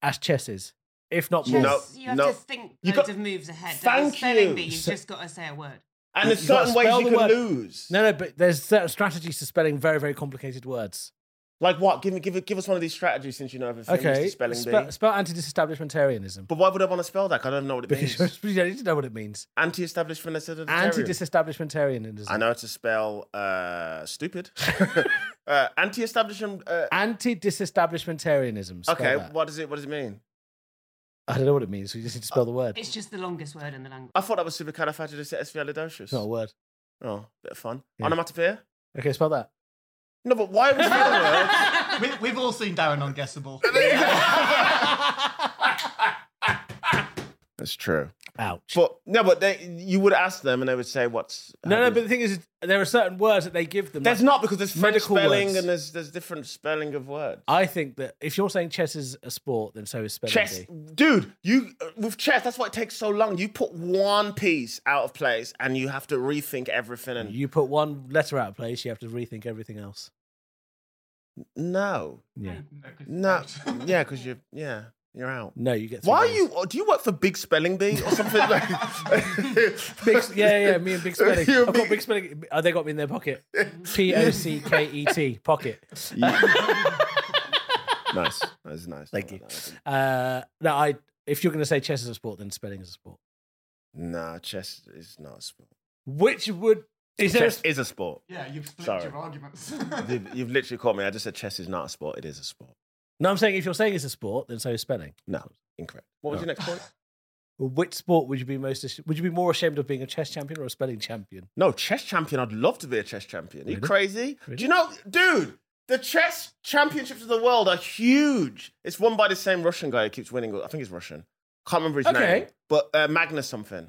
Speaker 2: as chess is, if not more.
Speaker 5: Chess,
Speaker 3: No,
Speaker 5: you have
Speaker 3: no.
Speaker 5: to think
Speaker 3: You
Speaker 5: loads
Speaker 3: got-
Speaker 5: of moves ahead.
Speaker 3: Thank
Speaker 5: Thank spelling
Speaker 3: you.
Speaker 5: Bee, you've
Speaker 3: So-
Speaker 5: just got to say a word.
Speaker 3: And there's
Speaker 2: You gotta
Speaker 3: certain ways
Speaker 2: spell the
Speaker 3: you can
Speaker 2: word.
Speaker 3: lose.
Speaker 2: No, no, but there's certain strategies to spelling very, very complicated words.
Speaker 3: Like what? Give me give it- give us one of these strategies since you know everything.
Speaker 2: Okay,
Speaker 3: Mr. Spelling
Speaker 2: spell,
Speaker 3: bee.
Speaker 2: spell anti-disestablishmentarianism.
Speaker 3: But why would I want to spell that? 'Cause I don't know what it
Speaker 2: Because
Speaker 3: means.
Speaker 2: you don't need to know what it means.
Speaker 3: Anti-establishment anti
Speaker 2: Anti-disestablishmentarianism.
Speaker 3: I know how to spell uh, stupid. uh, anti-establishment. Uh,
Speaker 2: Anti-disestablishmentarianism. Spell
Speaker 3: okay,
Speaker 2: that.
Speaker 3: what does it what does it mean?
Speaker 2: I don't know what it means. We just need to spell the
Speaker 3: Uh,
Speaker 2: word.
Speaker 5: It's just the longest word in the language.
Speaker 3: I thought that was supercalifragilisticexpialidocious.
Speaker 2: It's not a word.
Speaker 3: Oh, bit of fun.
Speaker 2: Yeah.
Speaker 3: Onomatopoeia.
Speaker 2: Okay, spell that.
Speaker 3: No, but why would you spell the word?
Speaker 4: We, we've all seen Darren on Guessable.
Speaker 3: That's true.
Speaker 2: Ouch.
Speaker 3: But no, but they, you would ask them, and they would say, "What's
Speaker 2: no,
Speaker 3: how
Speaker 2: no,
Speaker 3: do
Speaker 2: but
Speaker 3: you-
Speaker 2: the thing is, is there are certain words that they give them.
Speaker 3: there's
Speaker 2: like-
Speaker 3: not because there's French
Speaker 2: Medical
Speaker 3: spelling
Speaker 2: words.
Speaker 3: and there's there's different spelling of words.
Speaker 2: I think that if you're saying chess is a sport, then so is spelling
Speaker 3: chess,
Speaker 2: bee.
Speaker 3: dude, you uh, with chess. That's why it takes so long. You put one piece out of place, and you have to rethink everything. And
Speaker 2: You put one letter out of place, you have to rethink everything else.
Speaker 3: No.
Speaker 2: Yeah.
Speaker 4: No. 'cause-
Speaker 3: No. yeah, because you're yeah, you're out.
Speaker 2: No, you get. three
Speaker 3: Why are
Speaker 2: days.
Speaker 3: you? uh, Do you work for Big Spelling Bee or something? like,
Speaker 2: Big, yeah, yeah, me and Big Spelling.
Speaker 3: You and
Speaker 2: I've got
Speaker 3: Big-
Speaker 2: Big Spelling. Oh, they got me in their pocket. P O C K E T pocket.
Speaker 3: nice. That was nice.
Speaker 2: Thank
Speaker 3: I
Speaker 2: you.
Speaker 3: like that.
Speaker 2: Uh, no, I. If you're going to say chess is a sport, then spelling is a sport.
Speaker 3: Nah, chess is not a sport.
Speaker 2: Which would is there? a
Speaker 3: Chess is a sport.
Speaker 4: Yeah, you've split
Speaker 3: Sorry.
Speaker 4: your arguments.
Speaker 3: You've, you've literally caught me. I just said chess is not a sport. It is a sport.
Speaker 2: no, I'm saying if you're saying it's a sport, then so is spelling.
Speaker 3: No, incorrect. What was
Speaker 2: Oh.
Speaker 3: your next point?
Speaker 2: Which sport would you be most? ash- Would you be more ashamed of being a chess champion or a spelling champion?
Speaker 3: No, chess champion. I'd love to be a chess champion. Are you
Speaker 2: Really?
Speaker 3: crazy?
Speaker 2: Really?
Speaker 3: Do you know, dude? The chess championships of the world are huge. It's won by the same Russian guy who keeps winning. I think he's Russian. Can't remember his
Speaker 2: Okay.
Speaker 3: name. But uh, Magnus something.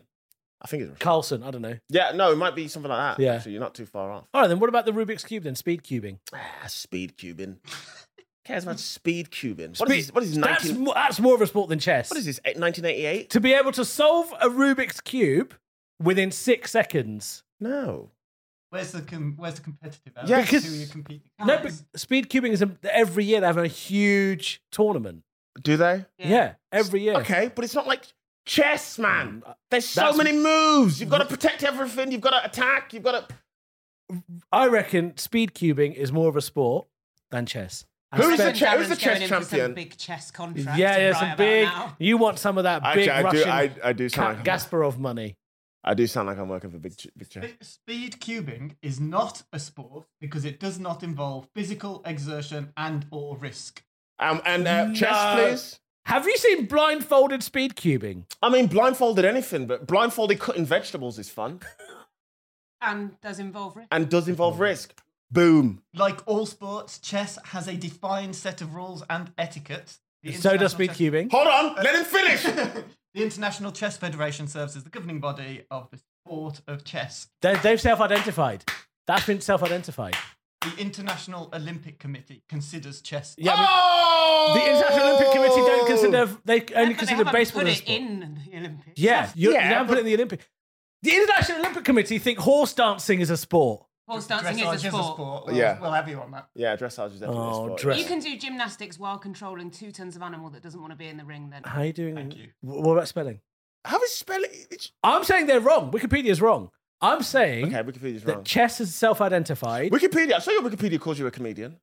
Speaker 3: I think he's Russian.
Speaker 2: Carlson, I don't know.
Speaker 3: yeah, no, it might be something like that.
Speaker 2: Yeah.
Speaker 3: Yeah. Actually, you're not too far off.
Speaker 2: All right, then what about the Rubik's cube then? Speed cubing.
Speaker 3: Ah, speed cubing. Cares about speed cubing. What
Speaker 2: Speed-
Speaker 3: is this? What is this?
Speaker 2: That's
Speaker 3: 19
Speaker 2: mo- that's more of a sport than chess.
Speaker 3: What is eh, this? 1988?
Speaker 2: To be able to solve a Rubik's cube within six seconds.
Speaker 3: No.
Speaker 4: Where's the com- Where's the competitive?
Speaker 3: Yeah,
Speaker 4: element? who
Speaker 2: because-
Speaker 4: you're competing.
Speaker 2: No, but
Speaker 4: against?
Speaker 2: speed cubing is a, every year they have a huge tournament.
Speaker 3: Do they?
Speaker 2: Yeah, every year.
Speaker 3: Okay, but it's not like chess, man. There's so
Speaker 2: That's-
Speaker 3: many moves. You've got to protect everything. You've got to attack. You've got to.
Speaker 2: I reckon speed cubing is more of a sport than chess. And
Speaker 3: Who is
Speaker 2: sped-
Speaker 3: the cha- who's
Speaker 5: Darren's
Speaker 3: the
Speaker 5: going
Speaker 3: chess
Speaker 5: in for
Speaker 3: champion?
Speaker 5: Some big chess contract.
Speaker 2: Yeah, yeah,
Speaker 5: right
Speaker 2: some
Speaker 5: about
Speaker 2: big.
Speaker 5: now.
Speaker 2: You want some of that big Russian
Speaker 3: I do
Speaker 2: Ka- Gasparov money.
Speaker 3: I do sound like I'm working for big, big chess.
Speaker 4: Spe- Speed cubing is not a sport because it does not involve physical exertion and or risk.
Speaker 3: Um, and uh, chess,
Speaker 2: No.
Speaker 3: please.
Speaker 2: Have you seen blindfolded speed cubing?
Speaker 3: I mean, blindfolded anything, but blindfolded cutting vegetables is fun
Speaker 5: And does involve risk.
Speaker 3: and does involve risk. Boom.
Speaker 4: Like all sports, chess has a defined set of rules and etiquette. The
Speaker 2: So does
Speaker 4: International
Speaker 2: speed
Speaker 4: Chess-
Speaker 2: cubing.
Speaker 3: Hold on, let him finish.
Speaker 4: the International Chess Federation serves as the governing body of the sport of chess.
Speaker 2: They, they've self-identified. That's been self-identified.
Speaker 4: The International Olympic Committee considers chess.
Speaker 2: Yeah. I
Speaker 5: Oh!
Speaker 2: mean, the International Olympic Committee don't consider. They only
Speaker 5: But they
Speaker 2: consider
Speaker 5: haven't
Speaker 2: baseball
Speaker 5: put
Speaker 2: a
Speaker 5: it
Speaker 2: sport.
Speaker 5: in the Olympics.
Speaker 2: Yeah, you,
Speaker 3: Yeah,
Speaker 2: you haven't put it in the Olympic. The International Olympic Committee think horse dancing is a sport.
Speaker 5: Horse dancing is a sport.
Speaker 4: We'll,
Speaker 3: Yeah.
Speaker 4: we'll have you on that.
Speaker 3: Yeah, dressage is definitely a
Speaker 2: Oh,
Speaker 3: sport.
Speaker 2: dress-
Speaker 5: You can do gymnastics while controlling two tons of animal that doesn't want to be in the ring. Then
Speaker 2: How are you doing?
Speaker 4: Thank you.
Speaker 2: Wh- What about spelling?
Speaker 3: How is spelling? it's-
Speaker 2: I'm saying they're wrong. Wikipedia's wrong. I'm saying
Speaker 3: Okay, Wikipedia's
Speaker 2: that
Speaker 3: wrong.
Speaker 2: chess is self-identified.
Speaker 3: Wikipedia. I saw your Wikipedia calls you a comedian.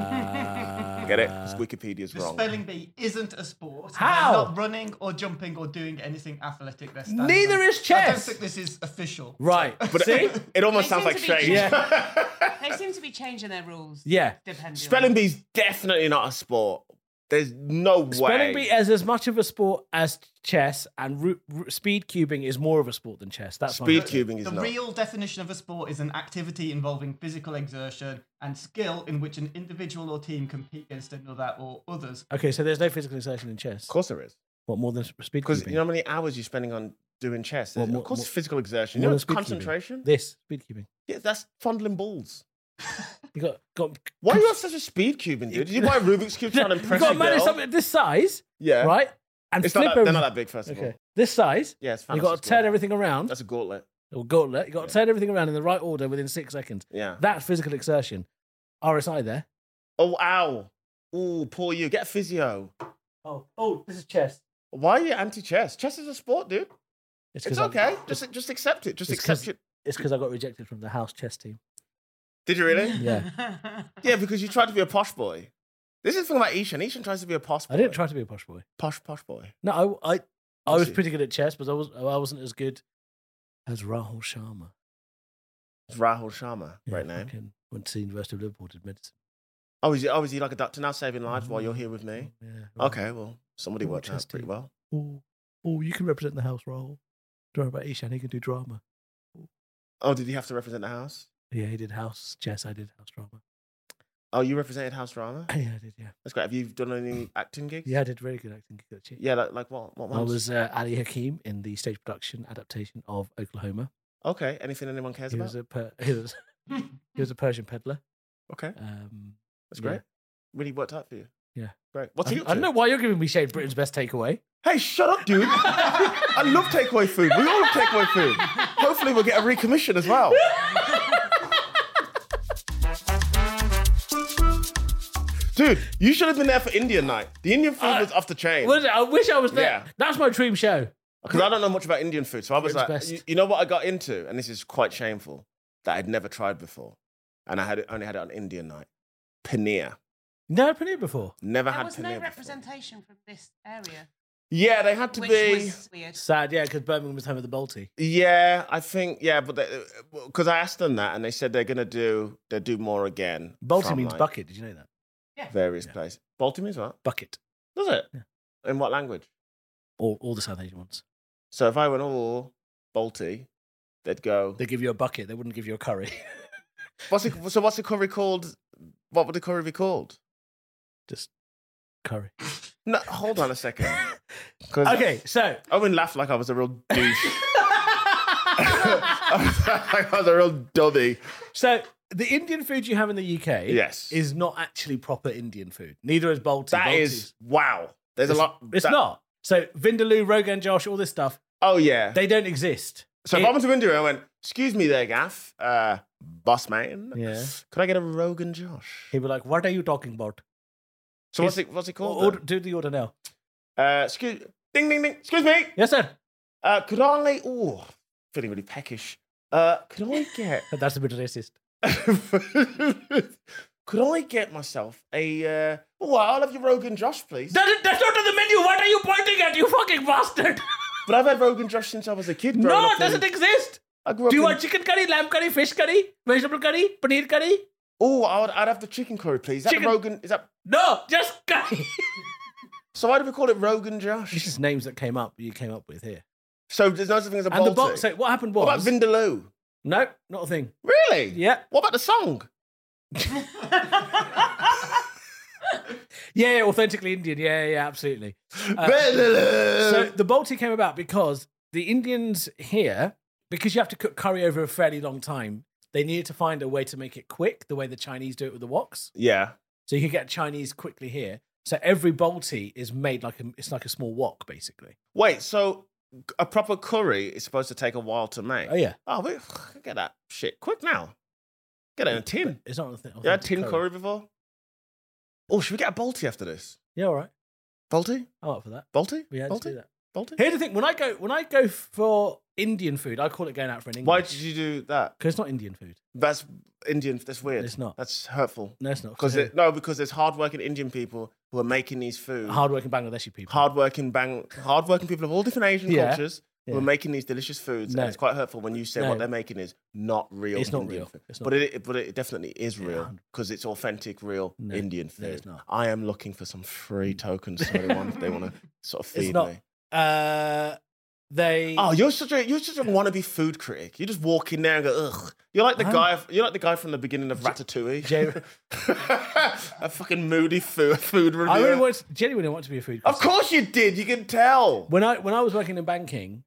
Speaker 2: wow.
Speaker 3: Get it? Because Wikipedia's
Speaker 4: The
Speaker 3: wrong.
Speaker 4: spelling bee isn't a sport.
Speaker 2: How?
Speaker 4: They're not running or jumping or doing anything athletic. They're standing
Speaker 2: Neither
Speaker 4: up.
Speaker 2: is
Speaker 4: I don't
Speaker 2: chess.
Speaker 4: think this is official.
Speaker 2: Right.
Speaker 3: But
Speaker 2: See?
Speaker 3: it, it almost
Speaker 5: They
Speaker 3: sounds
Speaker 5: seem
Speaker 3: like
Speaker 5: to be
Speaker 3: strange.
Speaker 5: they seem to be changing their rules.
Speaker 2: Yeah.
Speaker 5: depending.
Speaker 3: Spelling bee's definitely not a sport. There's no way.
Speaker 2: Spelling bee is as much of a sport as chess, and ru- ru- speed cubing is more of a sport than chess. That's my
Speaker 3: Speed
Speaker 2: opinion.
Speaker 3: cubing is
Speaker 4: The
Speaker 3: not.
Speaker 4: real definition of a sport is an activity involving physical exertion and skill in which an individual or team compete against another or others.
Speaker 2: Okay, so there's no physical exertion in chess.
Speaker 3: Of course there is.
Speaker 2: What more than speed
Speaker 3: Because
Speaker 2: cubing?
Speaker 3: you know how many hours you're spending on doing chess?
Speaker 2: Well, more-
Speaker 3: of course
Speaker 2: more-
Speaker 3: it's physical exertion.
Speaker 2: more
Speaker 3: You know
Speaker 2: than
Speaker 3: it's
Speaker 2: speed cubing.
Speaker 3: concentration?
Speaker 2: this speed cubing.
Speaker 3: Yeah, that's fondling balls.
Speaker 2: You got got.
Speaker 3: Why do you have such a speed cubing, dude? Did you buy a Rubik's Cube trying to
Speaker 2: you
Speaker 3: impress
Speaker 2: got to
Speaker 3: a
Speaker 2: manage
Speaker 3: girl?
Speaker 2: something this size,
Speaker 3: Yeah.
Speaker 2: right? And
Speaker 3: It's
Speaker 2: flip
Speaker 3: not that, they're
Speaker 2: everything.
Speaker 3: not that big, first of all.
Speaker 2: okay, this size.
Speaker 3: Yeah, it's
Speaker 2: You got to
Speaker 3: fantastic.
Speaker 2: turn everything around.
Speaker 3: That's a gauntlet.
Speaker 2: or gauntlet. You got to turn everything around in the right order within six seconds.
Speaker 3: Yeah.
Speaker 2: That's physical exertion. RSI there.
Speaker 3: Oh, ow. Ooh, poor you. Get a physio.
Speaker 2: Oh, oh, this is chess.
Speaker 3: Why are you anti-chess? Chess is a sport, dude. It's okay. Just just accept it. Just
Speaker 2: It's
Speaker 3: accept
Speaker 2: 'cause-
Speaker 3: it.
Speaker 2: It's because I got rejected from the house chess team.
Speaker 3: Did you really?
Speaker 2: Yeah.
Speaker 3: yeah, because you tried to be a posh boy. This is the thing about Ishan. Ishan tries to be a posh boy.
Speaker 2: I didn't try to be a posh boy.
Speaker 3: posh posh boy.
Speaker 2: No, I I, I
Speaker 3: Was
Speaker 2: was
Speaker 3: you?
Speaker 2: pretty good at chess, but I was I wasn't as good as Rahul Sharma.
Speaker 3: It's Rahul Sharma
Speaker 2: Yeah,
Speaker 3: right now.
Speaker 2: fucking Went to the University of Liverpool, did medicine.
Speaker 3: Oh, is he, oh, is he like a doctor now saving lives while you're here with me?
Speaker 2: Yeah. Mm, right.
Speaker 3: Okay, well, somebody
Speaker 2: Oh,
Speaker 3: worked out pretty
Speaker 2: interesting. Oh,
Speaker 3: well.
Speaker 2: oh, you can represent the house, Rahul. Don't worry about Ishan. He can do drama.
Speaker 3: Oh, did he have to represent the house?
Speaker 2: Yeah, he did house chess. I did house drama.
Speaker 3: Oh, you represented house drama?
Speaker 2: Yeah, I did. Yeah,
Speaker 3: That's great. Have you done any acting gigs?
Speaker 2: yeah, I did really good acting. Good at
Speaker 3: Yeah, like, like what? What
Speaker 2: I
Speaker 3: ones?
Speaker 2: was uh, Ali Hakim in the stage production adaptation of Oklahoma.
Speaker 3: Okay, anything anyone cares
Speaker 2: He
Speaker 3: about?
Speaker 2: was, a per- he, was, he was a Persian peddler.
Speaker 3: Okay,
Speaker 2: Um,
Speaker 3: that's
Speaker 2: yeah.
Speaker 3: great. Really worked out for you.
Speaker 2: Yeah.
Speaker 3: Great. What's
Speaker 2: I, I
Speaker 3: he up
Speaker 2: don't
Speaker 3: to?
Speaker 2: know why you're giving me shade. Britain's best takeaway.
Speaker 3: Hey, shut up, dude. I love takeaway food. We all love takeaway food. Hopefully, we'll get a recommission as well. Dude, you should have been there for Indian night. The Indian food was off the chain.
Speaker 2: Was it- I wish I was there.
Speaker 3: Yeah.
Speaker 2: That's my dream show.
Speaker 3: Because I don't know much about Indian food. So I was
Speaker 2: Britain's
Speaker 3: like,
Speaker 2: best.
Speaker 3: you, you know what I got into? And this is quite shameful that I'd never tried before. And I had it, only had it on Indian night. Paneer.
Speaker 2: Never been here before.
Speaker 3: Never
Speaker 5: There
Speaker 3: had
Speaker 5: was
Speaker 3: paneer.
Speaker 5: no
Speaker 3: before.
Speaker 5: representation from this area,
Speaker 3: Yeah, they had to
Speaker 5: which
Speaker 3: be.
Speaker 5: was weird.
Speaker 2: Sad, yeah, because Birmingham was home of the Balti.
Speaker 3: Yeah, I think yeah, but because I asked them that and they said they're gonna do they do more again.
Speaker 2: Balti
Speaker 3: from,
Speaker 2: means
Speaker 3: like,
Speaker 2: bucket. Did you know that?
Speaker 3: Various
Speaker 2: Yeah.
Speaker 3: places. Balti means what?
Speaker 2: Bucket.
Speaker 3: Does it?
Speaker 2: Yeah.
Speaker 3: In what language?
Speaker 2: All, all the South Asian ones.
Speaker 3: So if I went all Balti, they'd go.
Speaker 2: They give you a bucket. They wouldn't give you a curry.
Speaker 3: What's it, so what's the curry called? What would the curry be called?
Speaker 2: Just curry.
Speaker 3: No, hold on a second. 'Cause
Speaker 2: Okay, so
Speaker 3: Owen laughed like I was a real douche. I was like I was a real dummy.
Speaker 2: so the Indian food you have in the UK
Speaker 3: Yes.
Speaker 2: is not actually proper Indian food. Neither is Balti.
Speaker 3: That
Speaker 2: Balti
Speaker 3: is wow. There's a
Speaker 2: It's-
Speaker 3: lot.
Speaker 2: It's
Speaker 3: that-
Speaker 2: not. So Vindaloo, Rogan Josh, all this stuff,
Speaker 3: Oh yeah.
Speaker 2: they don't exist.
Speaker 3: So if I went to India and I went, excuse me there, Gaff, uh, boss man,
Speaker 2: Yeah.
Speaker 3: could I get a Rogan Josh?
Speaker 2: He'd be like, what are you talking about?
Speaker 3: So what's it, what's it called?
Speaker 2: Order, do the order now.
Speaker 3: then? Uh, excuse, ding, ding, ding, excuse me.
Speaker 2: Yes, sir.
Speaker 3: Uh, could I, oh, feeling really peckish. Uh, could I get,
Speaker 2: But That's a bit racist.
Speaker 3: could I get myself a, uh, oh, I'll have your Rogan Josh, please.
Speaker 2: That is, that's not on the menu. What are you pointing at, you fucking bastard?
Speaker 3: But I've had Rogan Josh since I was a kid. growing
Speaker 2: no,
Speaker 3: up
Speaker 2: it doesn't
Speaker 3: in-
Speaker 2: exist.
Speaker 3: I grew up
Speaker 2: Do you
Speaker 3: in-
Speaker 2: want chicken curry, lamb curry, fish curry, vegetable curry, paneer curry?
Speaker 3: Oh, I would, I'd have the chicken curry, please. Is that the
Speaker 2: Chicken-
Speaker 3: Rogan, is that,
Speaker 2: No, just curry.
Speaker 3: so why do we call it Rogan Josh?
Speaker 2: It's just names that came up, you came up with here.
Speaker 3: So there's no such thing as a
Speaker 2: And the
Speaker 3: Baltic.
Speaker 2: box, so what happened
Speaker 3: What about
Speaker 2: was.
Speaker 3: Vindaloo?
Speaker 2: no, not a thing.
Speaker 3: Really?
Speaker 2: Yeah.
Speaker 3: What about the song?
Speaker 2: Yeah, yeah, authentically Indian. Yeah, yeah, yeah absolutely. Uh, so
Speaker 3: Vindaloo.
Speaker 2: the Balti came about because the Indians here, because you have to cook curry over a fairly long time, they needed to find a way to make it quick, the way the Chinese do it with the woks.
Speaker 3: yeah.
Speaker 2: So you can get Chinese quickly here. So every Balti is made like a, it's like a small wok, basically.
Speaker 3: Wait, so a proper curry is supposed to take a while to make.
Speaker 2: Oh yeah,
Speaker 3: Oh, we get that shit quick now. Get it in a tin.
Speaker 2: it's not a thing.
Speaker 3: You had tin curry. before? Oh, should we get a Balti after this?
Speaker 2: Yeah, all right.
Speaker 3: Balti?
Speaker 2: I'm up for that.
Speaker 3: Balti?
Speaker 2: We had
Speaker 3: Balti?
Speaker 2: to do that.
Speaker 3: Balti?
Speaker 2: Here's the thing: when I go when I go for Indian food, I call it going out for an Indian.
Speaker 3: Why did you do that?
Speaker 2: Because it's not Indian food.
Speaker 3: That's Indian. That's weird.
Speaker 2: It's not.
Speaker 3: That's hurtful.
Speaker 2: No, it's not.
Speaker 3: Because it, no, because there's hardworking Indian people who are making these foods.
Speaker 2: hardworking Bangladeshi people.
Speaker 3: hardworking bang hardworking people of all different Asian
Speaker 2: Yeah.
Speaker 3: cultures who
Speaker 2: Yeah.
Speaker 3: are making these delicious foods.
Speaker 2: No.
Speaker 3: And it's quite hurtful when you say
Speaker 2: No.
Speaker 3: what they're making is not real.
Speaker 2: It's not
Speaker 3: Indian
Speaker 2: real.
Speaker 3: Food.
Speaker 2: It's not
Speaker 3: But it, it- but it definitely is
Speaker 2: Yeah,
Speaker 3: real
Speaker 2: 100%.
Speaker 3: because it's authentic, real
Speaker 2: No,
Speaker 3: Indian food.
Speaker 2: no, it's not. Mm.
Speaker 3: I am looking for some free tokens for anyone if they want to sort of
Speaker 2: It's
Speaker 3: feed
Speaker 2: not.
Speaker 3: me.
Speaker 2: Uh, they.
Speaker 3: eh? Oh, you're such a you're such a wannabe food critic. You just walk in there and go ugh. You're like the
Speaker 2: I'm-
Speaker 3: guy. You're like the guy from the beginning of Ratatouille.
Speaker 2: Jer-
Speaker 3: a fucking moody food food reviewer.
Speaker 2: I really want, genuinely want to be a food.
Speaker 3: of
Speaker 2: critic.
Speaker 3: course you did. You can tell.
Speaker 2: When I when I was working in banking,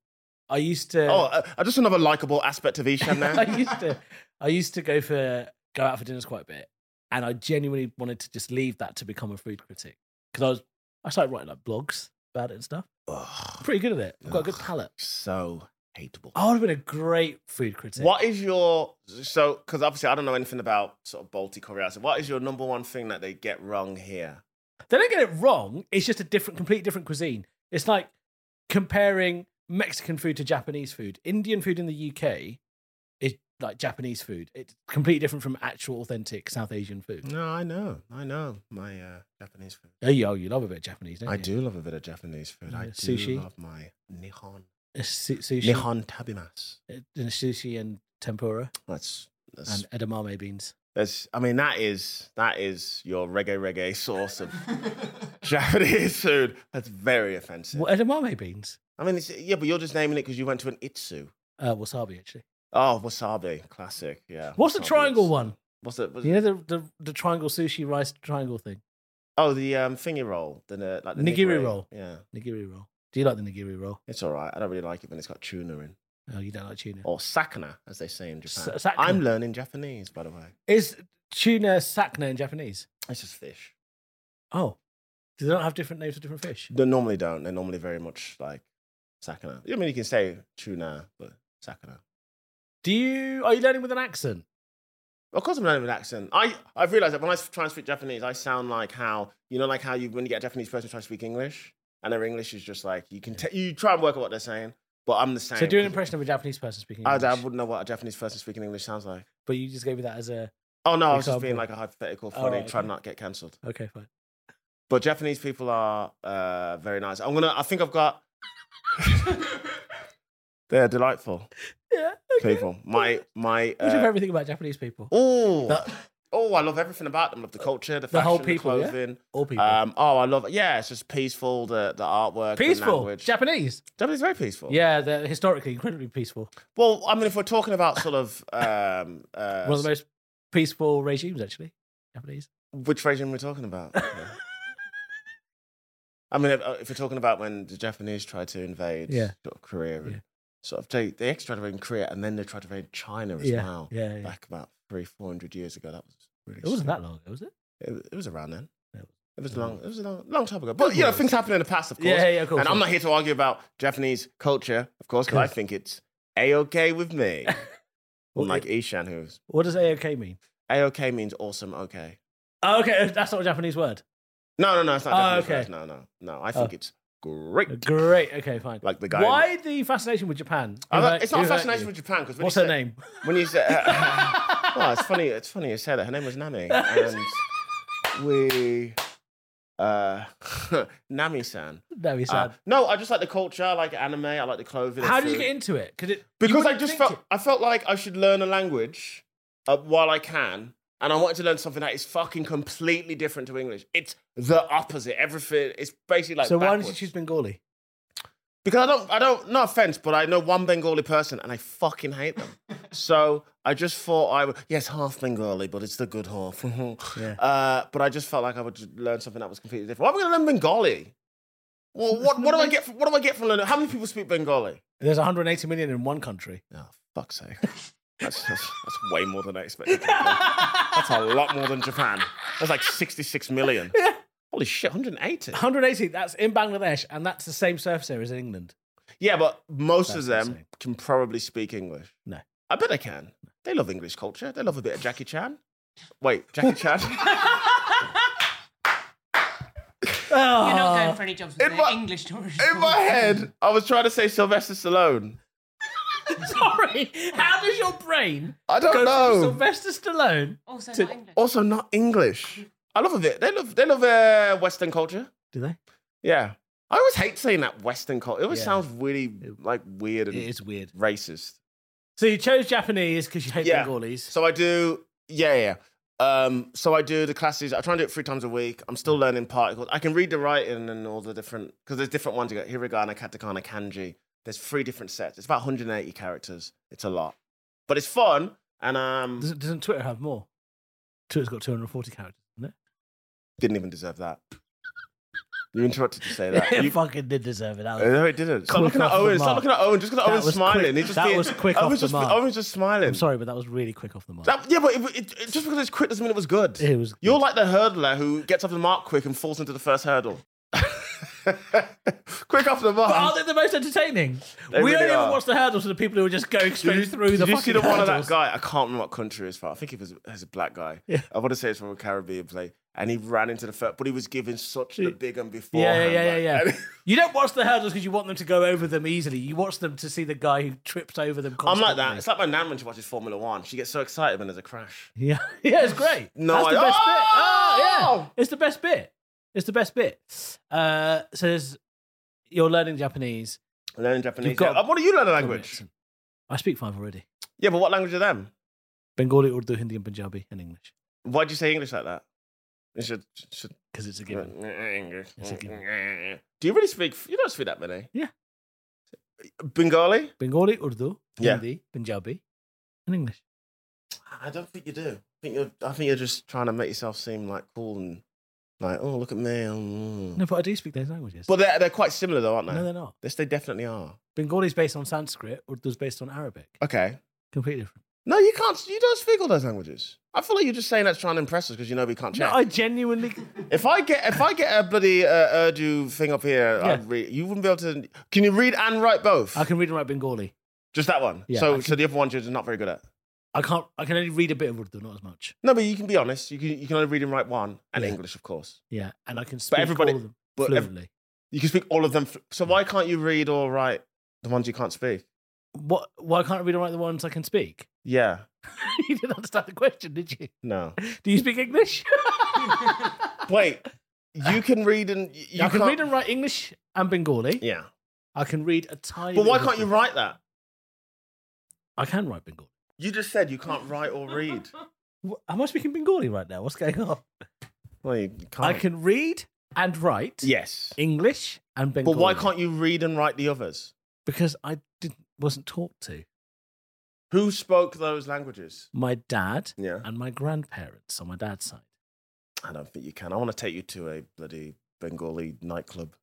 Speaker 2: I used to.
Speaker 3: Oh, uh, uh, just another likable aspect of Isham now.
Speaker 2: I used to I used to go for go out for dinners quite a bit, and I genuinely wanted to just leave that to become a food critic because I was I started writing like blogs about it and stuff.
Speaker 3: Ugh,
Speaker 2: Pretty good at it. I've got a good palate.
Speaker 3: so hateable.
Speaker 2: I would have been a great food critic.
Speaker 3: What is your so? Because obviously I don't know anything about sort of Balti Korea. So what is your number one thing that they get wrong here?
Speaker 2: They don't get it wrong. It's just a different, complete different cuisine. It's like comparing Mexican food to Japanese food. Indian food in the UK is like Japanese food. It's completely different from actual authentic South Asian food.
Speaker 3: No, I know, I know my uh, Japanese food.
Speaker 2: Oh, you, oh, you love a bit of Japanese, don't
Speaker 3: I
Speaker 2: you?
Speaker 3: do love a bit of Japanese food. I
Speaker 2: Yeah,
Speaker 3: do
Speaker 2: sushi.
Speaker 3: love my Nihon
Speaker 2: A su- sushi,
Speaker 3: Nihon tabimas.
Speaker 2: uh, and sushi and tempura
Speaker 3: That's that's,
Speaker 2: and edamame beans.
Speaker 3: that's. I mean, that is that is your reggae reggae source of Japanese food. That's very offensive.
Speaker 2: What edamame beans?
Speaker 3: I mean, it's, yeah, but you're just naming it because you went to an itsu.
Speaker 2: Uh, wasabi, actually.
Speaker 3: Oh, wasabi, classic. Yeah.
Speaker 2: What's the
Speaker 3: wasabi
Speaker 2: triangle
Speaker 3: is-
Speaker 2: one?
Speaker 3: What's the what's
Speaker 2: You know the, the the triangle sushi rice triangle thing,
Speaker 3: oh the um thingy roll, the uh, like the
Speaker 2: Nigiri roll.
Speaker 3: Yeah,
Speaker 2: nigiri roll. Do you like the nigiri roll?
Speaker 3: it's all right. I don't really like it when it's got tuna in
Speaker 2: Oh, you don't like tuna.
Speaker 3: or sakana, as they say in Japan.
Speaker 2: Sa- sakana.
Speaker 3: I'm learning Japanese, by the way.
Speaker 2: Is tuna sakna in Japanese?
Speaker 3: It's just fish.
Speaker 2: Oh, do they not have different names for different fish?
Speaker 3: They normally don't. They're normally very much like sakana. I mean, you can say tuna, but sakana.
Speaker 2: Do you are you learning with an accent?
Speaker 3: Of course, I'm not with an accent. I I've realised that when I s- try and speak Japanese, I sound like how you know, like how you when you get a Japanese person try to speak English, and their English is just like you can t- you try and work out what they're saying, but I'm the same.
Speaker 2: So do an impression of a Japanese person speaking
Speaker 3: I,
Speaker 2: English.
Speaker 3: I wouldn't know what a Japanese person speaking English sounds like.
Speaker 2: But you just gave me that as a
Speaker 3: Oh no, I was just being
Speaker 2: Example.
Speaker 3: like a hypothetical,
Speaker 2: Oh,
Speaker 3: funny,
Speaker 2: right,
Speaker 3: try
Speaker 2: okay.
Speaker 3: and not get cancelled.
Speaker 2: okay, fine.
Speaker 3: But Japanese people are uh, very nice. I'm gonna. I think I've got. They're delightful
Speaker 2: Yeah. Okay.
Speaker 3: people. My my.
Speaker 2: What's your
Speaker 3: Uh,
Speaker 2: favorite thing about Japanese people?
Speaker 3: oh,
Speaker 2: The-
Speaker 3: oh! I love everything about them. Love the culture, the
Speaker 2: The
Speaker 3: fashion,
Speaker 2: whole
Speaker 3: the
Speaker 2: people, yeah?
Speaker 3: clothing.
Speaker 2: All people.
Speaker 3: Um, oh, I love it. Yeah, it's just peaceful. The the artwork, The
Speaker 2: peaceful.
Speaker 3: language.
Speaker 2: Japanese.
Speaker 3: Japanese is very peaceful.
Speaker 2: Yeah, they're historically incredibly peaceful.
Speaker 3: Well, I mean, if we're talking about sort of um, uh,
Speaker 2: One of the most peaceful regimes, actually. Japanese.
Speaker 3: which regime we're talking about. Yeah. I mean, if, uh, if we're talking about when the Japanese tried to invade
Speaker 2: Yeah.
Speaker 3: sort of Korea, and
Speaker 2: Yeah.
Speaker 3: sort of they, they actually tried to invade Korea, and then they tried to invade China as
Speaker 2: Yeah.
Speaker 3: well.
Speaker 2: Yeah. yeah.
Speaker 3: Back about three, four hundred years ago, that was really.
Speaker 2: It wasn't
Speaker 3: stupid.
Speaker 2: that long ago, was it?
Speaker 3: It, it was around then.
Speaker 2: Yeah.
Speaker 3: It was
Speaker 2: Yeah.
Speaker 3: long. It was a long, long time ago. But you know,
Speaker 2: was.
Speaker 3: things happen in the past, of course.
Speaker 2: Yeah, yeah, of course.
Speaker 3: and I'm not here to argue about Japanese culture, of course, because I
Speaker 2: Cool.
Speaker 3: think it's a okay with me.
Speaker 2: What-
Speaker 3: Unlike Ishan, who's
Speaker 2: What does AOK mean?
Speaker 3: a okay means awesome, okay.
Speaker 2: Oh, okay, that's not a Japanese word.
Speaker 3: No, no, no, it's not.
Speaker 2: Oh,
Speaker 3: Japanese
Speaker 2: okay.
Speaker 3: words. No, no, no. I think
Speaker 2: Oh.
Speaker 3: it's great.
Speaker 2: Great. Okay, fine.
Speaker 3: Like the guy.
Speaker 2: Why the fascination with Japan?
Speaker 3: I
Speaker 2: Who
Speaker 3: don't-
Speaker 2: hurt-
Speaker 3: it's not
Speaker 2: who
Speaker 3: a
Speaker 2: hurt
Speaker 3: fascination
Speaker 2: you?
Speaker 3: with Japan because
Speaker 2: What's
Speaker 3: you
Speaker 2: her
Speaker 3: say,
Speaker 2: name?
Speaker 3: When you say, well, it's funny. It's funny you say that. Her name was Nami, and we, uh, Nami-san.
Speaker 2: That'd be
Speaker 3: Uh,
Speaker 2: sad.
Speaker 3: no, I just like the culture. I like anime. I like the clothing. the
Speaker 2: How did you
Speaker 3: food.
Speaker 2: get into it? Could it you
Speaker 3: because I
Speaker 2: wouldn't
Speaker 3: just
Speaker 2: think
Speaker 3: felt
Speaker 2: it-
Speaker 3: I felt like I should learn a language uh, while I can, and I wanted to learn something that is fucking completely different to English. It's the opposite. Everything it's basically like.
Speaker 2: so why did you
Speaker 3: backwards.
Speaker 2: choose Bengali?
Speaker 3: Because I don't, I don't. No offense, but I know one Bengali person, and I fucking hate them. so I just thought I would. Yes, half Bengali, but it's the good half.
Speaker 2: Yeah.
Speaker 3: uh, but I just felt like I would just learn something that was completely different. Why am I going to learn Bengali? Well, what, what do I get? From, what do I get from learning? How many people speak Bengali?
Speaker 2: There's 180 million in one country.
Speaker 3: Oh, fuck's sake. That's, that's, that's way more than I expected. That's a lot more than Japan. That's like 66 million.
Speaker 2: Yeah.
Speaker 3: Holy shit, 180.
Speaker 2: 180. That's in Bangladesh, and that's the same surface area as in England.
Speaker 3: Yeah, but most
Speaker 2: That's
Speaker 3: of them
Speaker 2: insane.
Speaker 3: can probably speak English.
Speaker 2: No.
Speaker 3: I bet they can. They love English culture. They love a bit of Jackie Chan. Wait, Jackie Chan?
Speaker 5: You're not
Speaker 2: Ah,
Speaker 5: going for any jobs with
Speaker 3: In
Speaker 5: the
Speaker 3: my-
Speaker 5: English tourist.
Speaker 3: In my head, I was trying to say Sylvester Stallone.
Speaker 2: sorry. How does your brain
Speaker 3: I don't
Speaker 2: go from
Speaker 3: know.
Speaker 2: Sylvester Stallone?
Speaker 5: Also,
Speaker 2: To-
Speaker 5: not English.
Speaker 3: Also, not English. I love a bit. They love they love uh, Western culture.
Speaker 2: Do they?
Speaker 3: Yeah. I always hate saying that Western culture. It always
Speaker 2: Yeah.
Speaker 3: sounds really like weird and
Speaker 2: It is weird.
Speaker 3: racist.
Speaker 2: So you chose Japanese because you hate
Speaker 3: Yeah.
Speaker 2: Bengalis.
Speaker 3: So I do, yeah, yeah. Um, so I do the classes. I try and do it three times a week. I'm
Speaker 2: Mm.
Speaker 3: still learning particles. I can read the writing and all the different because there's different ones. You got hiragana, katakana, kanji. There's three different sets. It's about 180 characters. It's a lot, but it's fun. And um,
Speaker 2: Doesn't, doesn't Twitter have more? Twitter's got 240 characters, doesn't it?
Speaker 3: didn't even deserve that. You interrupted to say that.
Speaker 2: it
Speaker 3: You, oh,
Speaker 2: fucking did deserve it, Alex.
Speaker 3: no, it didn't. Stop
Speaker 2: Quick
Speaker 3: looking at
Speaker 2: off the
Speaker 3: Owen. Stop
Speaker 2: mark.
Speaker 3: looking at Owen. Just because
Speaker 2: That
Speaker 3: Owen's
Speaker 2: was
Speaker 3: smiling.
Speaker 2: quick-
Speaker 3: He's just
Speaker 2: that
Speaker 3: being,
Speaker 2: was quick
Speaker 3: Owen's
Speaker 2: off the
Speaker 3: just,
Speaker 2: mark.
Speaker 3: Owen's just smiling.
Speaker 2: I'm sorry, but that was really quick off the mark.
Speaker 3: That- yeah, but it, it, just because it's quick doesn't mean it was good.
Speaker 2: It was
Speaker 3: You're like the hurdler who gets off the mark quick and falls into the first hurdle. quick off the mark.
Speaker 2: But are they the most entertaining?
Speaker 3: They
Speaker 2: we
Speaker 3: really
Speaker 2: only
Speaker 3: are.
Speaker 2: ever watch the hurdles for the people who are just going straight through the
Speaker 3: Did you
Speaker 2: fucking
Speaker 3: see the one of that
Speaker 2: hurdles.
Speaker 3: guy? I can't remember what country it's from. I think he was, he was a black guy.
Speaker 2: Yeah.
Speaker 3: I want to say it's from a Caribbean play. And he ran into the first, but he was given such the big one before.
Speaker 2: Yeah, yeah, yeah, yeah, yeah. you don't watch the hurdles because you want them to go over them easily. You watch them to see the guy who trips over them.
Speaker 3: I'm
Speaker 2: Constantly.
Speaker 3: like that. It's like my nan when she watches Formula One. She gets so excited when there's a crash.
Speaker 2: Yeah, yeah, it's great.
Speaker 3: No,
Speaker 2: that's the
Speaker 3: I-
Speaker 2: best bit.
Speaker 3: Oh!
Speaker 2: Oh, yeah, it's the best bit. It's the best bit. Uh, so there's, you're learning Japanese.
Speaker 3: Learning Japanese.
Speaker 2: You've got-
Speaker 3: yeah. What do you learn a language?
Speaker 2: I speak five already.
Speaker 3: Yeah, but what language are them?
Speaker 2: Bengali, Urdu, Hindi, and Punjabi, and English.
Speaker 3: Why'd you say English like that? You should, should
Speaker 2: Because it's a
Speaker 3: Mm.
Speaker 2: given.
Speaker 3: English.
Speaker 2: It's a
Speaker 3: Do you really speak? You don't speak that many.
Speaker 2: Yeah.
Speaker 3: Bengali?
Speaker 2: Bengali, Urdu,
Speaker 3: Yeah.
Speaker 2: Hindi, Punjabi, and English.
Speaker 3: I don't think you do. I think you're. I think you're just trying to make yourself seem like cool and like, oh, look at me. I'm- mm."
Speaker 2: No, but I do speak those languages.
Speaker 3: But they're, they're quite similar though, aren't they?
Speaker 2: no, they're not.
Speaker 3: Yes, they definitely are.
Speaker 2: Bengali is based on Sanskrit, Urdu's based on Arabic.
Speaker 3: Okay.
Speaker 2: Completely different.
Speaker 3: No, you can't. You don't speak all those languages. I feel like you're just saying that's trying to impress us because you know we can't check.
Speaker 2: No, I genuinely.
Speaker 3: If I get if I get a bloody uh, Urdu thing up here,
Speaker 2: Yeah.
Speaker 3: I'd read, you wouldn't be able to. Can you read and write both?
Speaker 2: I can read and write Bengali.
Speaker 3: Just that one.
Speaker 2: Yeah, I
Speaker 3: so
Speaker 2: can-
Speaker 3: so the other one you're just not very good at.
Speaker 2: I can't. I can only read a bit of Urdu, not as much.
Speaker 3: No, but you can be honest. You can you can only read and write one, and
Speaker 2: Yeah.
Speaker 3: English, of course.
Speaker 2: Yeah, and I can speak
Speaker 3: everybody-
Speaker 2: all of them
Speaker 3: but ev-
Speaker 2: fluently.
Speaker 3: You can speak all of them. fl- So why can't you read or write the ones you can't speak?
Speaker 2: what? Why can't I read and write the ones I can speak?
Speaker 3: Yeah.
Speaker 2: you didn't understand the question, did you?
Speaker 3: No.
Speaker 2: Do you speak English?
Speaker 3: Wait. You can read and y- you
Speaker 2: I can
Speaker 3: can't-
Speaker 2: read and write English and Bengali.
Speaker 3: Yeah.
Speaker 2: I can read a tiny.
Speaker 3: But why
Speaker 2: bit of
Speaker 3: can't you
Speaker 2: Urdu.
Speaker 3: write that?
Speaker 2: I can write Bengali.
Speaker 3: You just said you can't write or read.
Speaker 2: Wh- Am I speaking Bengali right now? What's going on?
Speaker 3: Well, you can't.
Speaker 2: I can read and write
Speaker 3: Yes.
Speaker 2: English and
Speaker 3: But
Speaker 2: Bengali.
Speaker 3: why can't you read and write the others?
Speaker 2: Because I didn't wasn't taught to.
Speaker 3: Who spoke those languages?
Speaker 2: My dad
Speaker 3: Yeah.
Speaker 2: and my grandparents on my dad's side.
Speaker 3: I don't think you can. I want to take you to a bloody Bengali nightclub.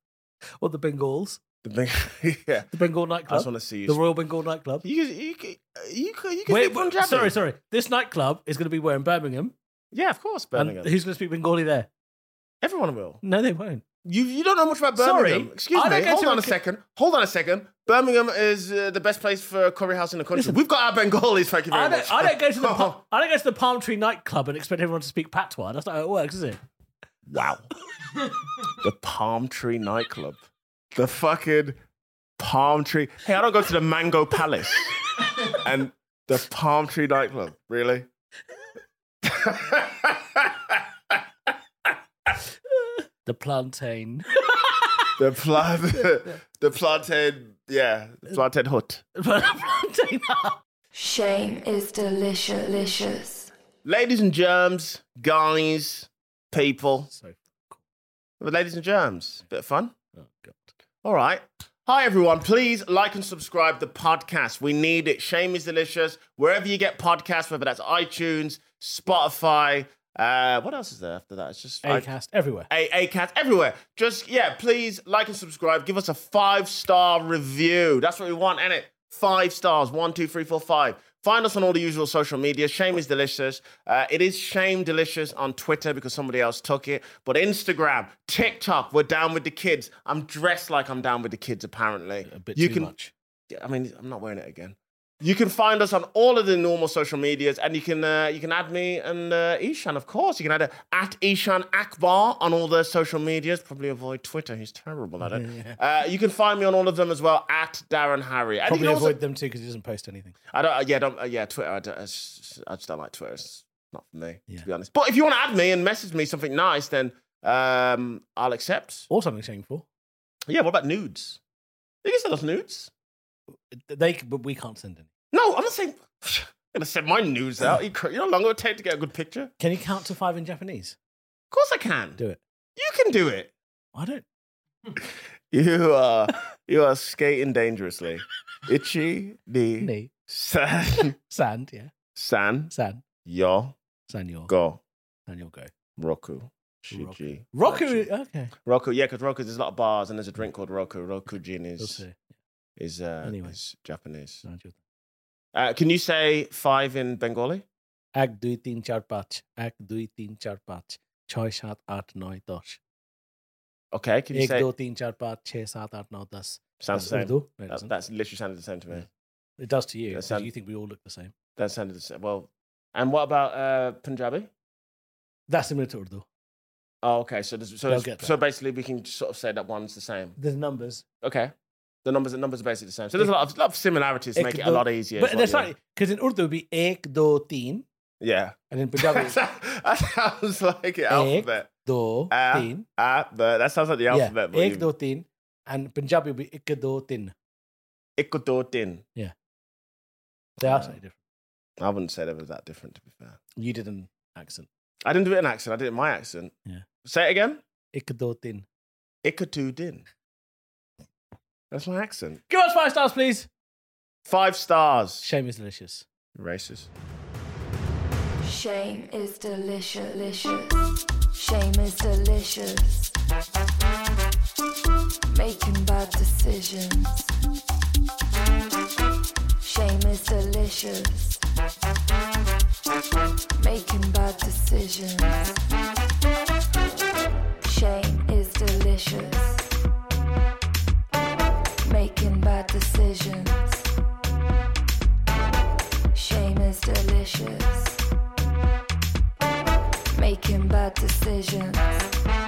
Speaker 2: Or the Bengals,
Speaker 3: The Beng- yeah.
Speaker 2: the Bengal
Speaker 3: I just
Speaker 2: nightclub,
Speaker 3: want to see you.
Speaker 2: the
Speaker 3: sp-
Speaker 2: Royal Bengal nightclub.
Speaker 3: you can, you can, you can, you can
Speaker 2: Wait,
Speaker 3: speak
Speaker 2: wait,
Speaker 3: Punjabi.
Speaker 2: sorry, sorry. This nightclub is going to be where in Birmingham,
Speaker 3: Yeah, of course, Birmingham.
Speaker 2: and who's going to speak Bengali there?
Speaker 3: Everyone will.
Speaker 2: No, they won't.
Speaker 3: You you don't know much about
Speaker 2: Sorry,
Speaker 3: Birmingham. Excuse
Speaker 2: I
Speaker 3: me.
Speaker 2: don't go
Speaker 3: Hold
Speaker 2: to
Speaker 3: on
Speaker 2: a
Speaker 3: a
Speaker 2: c-
Speaker 3: second. Hold on a second. Birmingham is uh, the best place for curry house in the country.
Speaker 2: Listen.
Speaker 3: We've got our Bengalis. Thank you very
Speaker 2: I
Speaker 3: much.
Speaker 2: don't, I don't go to the pa- I don't go to the Palm Tree nightclub and expect everyone to speak patois. That's not how it works, is it?
Speaker 3: Wow. the Palm Tree nightclub. The fucking Palm Tree. Hey, I don't go to the Mango Palace and the Palm Tree nightclub. Really?
Speaker 2: The plantain,
Speaker 3: the plant, the plantain, yeah, the plantain hut.
Speaker 2: plantain.
Speaker 1: Shame is delicious. Delicious.
Speaker 3: Ladies and germs, guys, people,
Speaker 2: so,
Speaker 3: ladies and germs, bit of fun.
Speaker 2: oh god.
Speaker 3: All right. Hi, everyone. Please like and subscribe the podcast. We need it. Shame is delicious. Wherever you get podcasts, whether that's iTunes, Spotify, uh, what else is there after that? It's just I-
Speaker 2: Acast everywhere.
Speaker 3: a Acast, everywhere. Just, yeah, please like and subscribe. Give us a five star review. That's what we want, it? Five stars. One, two, three, four, five. Find us on all the usual social media. Shame is delicious. Uh, it is shame delicious on Twitter because somebody else took it. But Instagram, TikTok, we're down with the kids. I'm dressed like I'm down with the kids, apparently.
Speaker 2: A bit
Speaker 3: you
Speaker 2: too
Speaker 3: can,
Speaker 2: much.
Speaker 3: I mean, I'm not wearing it again. You can find us on all of the normal social medias, and you can uh, you can add me and uh, Ishan, of course. You can add uh, at Ishan Akbar on all the social medias. Probably avoid Twitter. He's terrible at it. Uh, you can find me on all of them as well at Darren Harry. And
Speaker 2: Probably
Speaker 3: you can also-
Speaker 2: avoid them too because he doesn't post anything.
Speaker 3: I don't. uh, Yeah, don't. Uh, yeah, Twitter. I, don't, I, just, I just don't like Twitter. It's not for me,
Speaker 2: Yeah.
Speaker 3: to be honest. But if you want to add me and message me something nice, then um, I'll accept.
Speaker 2: Or something shameful.
Speaker 3: Yeah. What about nudes? You can send us nudes.
Speaker 2: They, c- but we can't send any.
Speaker 3: No, I'm not saying. I'm gonna send my news out. You, cr- you know how long it would take to get a good picture? Of
Speaker 2: Can you count to five in Japanese?
Speaker 3: course I can.
Speaker 2: Do it.
Speaker 3: You can do it.
Speaker 2: I don't.
Speaker 3: You are you are skating dangerously. Itchy the
Speaker 2: Ni.
Speaker 3: san
Speaker 2: Sand, yeah.
Speaker 3: san
Speaker 2: Sand.
Speaker 3: yo
Speaker 2: Sanyo.
Speaker 3: go
Speaker 2: Sanyo go.
Speaker 3: roku shiji
Speaker 2: Roku.
Speaker 3: Rachi.
Speaker 2: Okay.
Speaker 3: roku yeah because roku there's a lot of bars and there's a drink called roku roku gin
Speaker 2: We'll
Speaker 3: is
Speaker 2: see.
Speaker 3: is uh
Speaker 2: Anyway.
Speaker 3: is Japanese.
Speaker 2: Sanyo.
Speaker 3: Uh, can you say five in Bengali?
Speaker 2: এক দুই তিন চার পাঁচ এক দুই তিন চার পাঁচ ছয় সাত আট নয় দশ
Speaker 3: Okay, can you
Speaker 2: এক
Speaker 3: say
Speaker 2: দু তিন চার পাঁচ ছয় সাত আট নয় দশ
Speaker 3: sounds the same?
Speaker 2: Urdu. No, it,
Speaker 3: That,
Speaker 2: doesn't.
Speaker 3: that's literally sounded the same to me.
Speaker 2: Yeah. it does to you
Speaker 3: that
Speaker 2: 'cause
Speaker 3: sound-
Speaker 2: you think we all look the same
Speaker 3: That sounded the same. Well, and what about uh, Punjabi?
Speaker 2: that's similar to Urdu
Speaker 3: Oh, okay. So, there's, so,
Speaker 2: They'll
Speaker 3: there's-
Speaker 2: get that.
Speaker 3: so basically, we can sort of say that one's the same.
Speaker 2: the numbers
Speaker 3: Okay. The numbers, the numbers are basically the same. So there's a lot of, lot of similarities to
Speaker 2: Ek
Speaker 3: make it a
Speaker 2: do-
Speaker 3: lot easier.
Speaker 2: but
Speaker 3: is what
Speaker 2: that's
Speaker 3: you're-
Speaker 2: right because in Urdu it would be ek do teen
Speaker 3: Yeah.
Speaker 2: and in Punjabi it's
Speaker 3: that sounds like an alphabet.
Speaker 2: do
Speaker 3: Ah,
Speaker 2: teen
Speaker 3: Ah, but that sounds like the alphabet.
Speaker 2: yeah
Speaker 3: but
Speaker 2: ek
Speaker 3: you-
Speaker 2: do teen and Punjabi would be ek do tin
Speaker 3: Ikodotin.
Speaker 2: they are
Speaker 3: Ah.
Speaker 2: slightly different
Speaker 3: I wouldn't say they were that different, to be fair.
Speaker 2: you did an accent
Speaker 3: I didn't do it in accent. I did it in my accent.
Speaker 2: Yeah.
Speaker 3: Say it again.
Speaker 2: ek do tin
Speaker 3: Ikotudin. That's my accent.
Speaker 2: give us five stars please
Speaker 3: Five stars.
Speaker 2: shame is delicious
Speaker 3: Racist.
Speaker 1: Shame is delicious. Delicious. Shame is delicious. Making bad decisions. Shame is delicious. Making bad decisions. Shame is delicious. Making bad decisions. Shame is delicious. making bad decisions.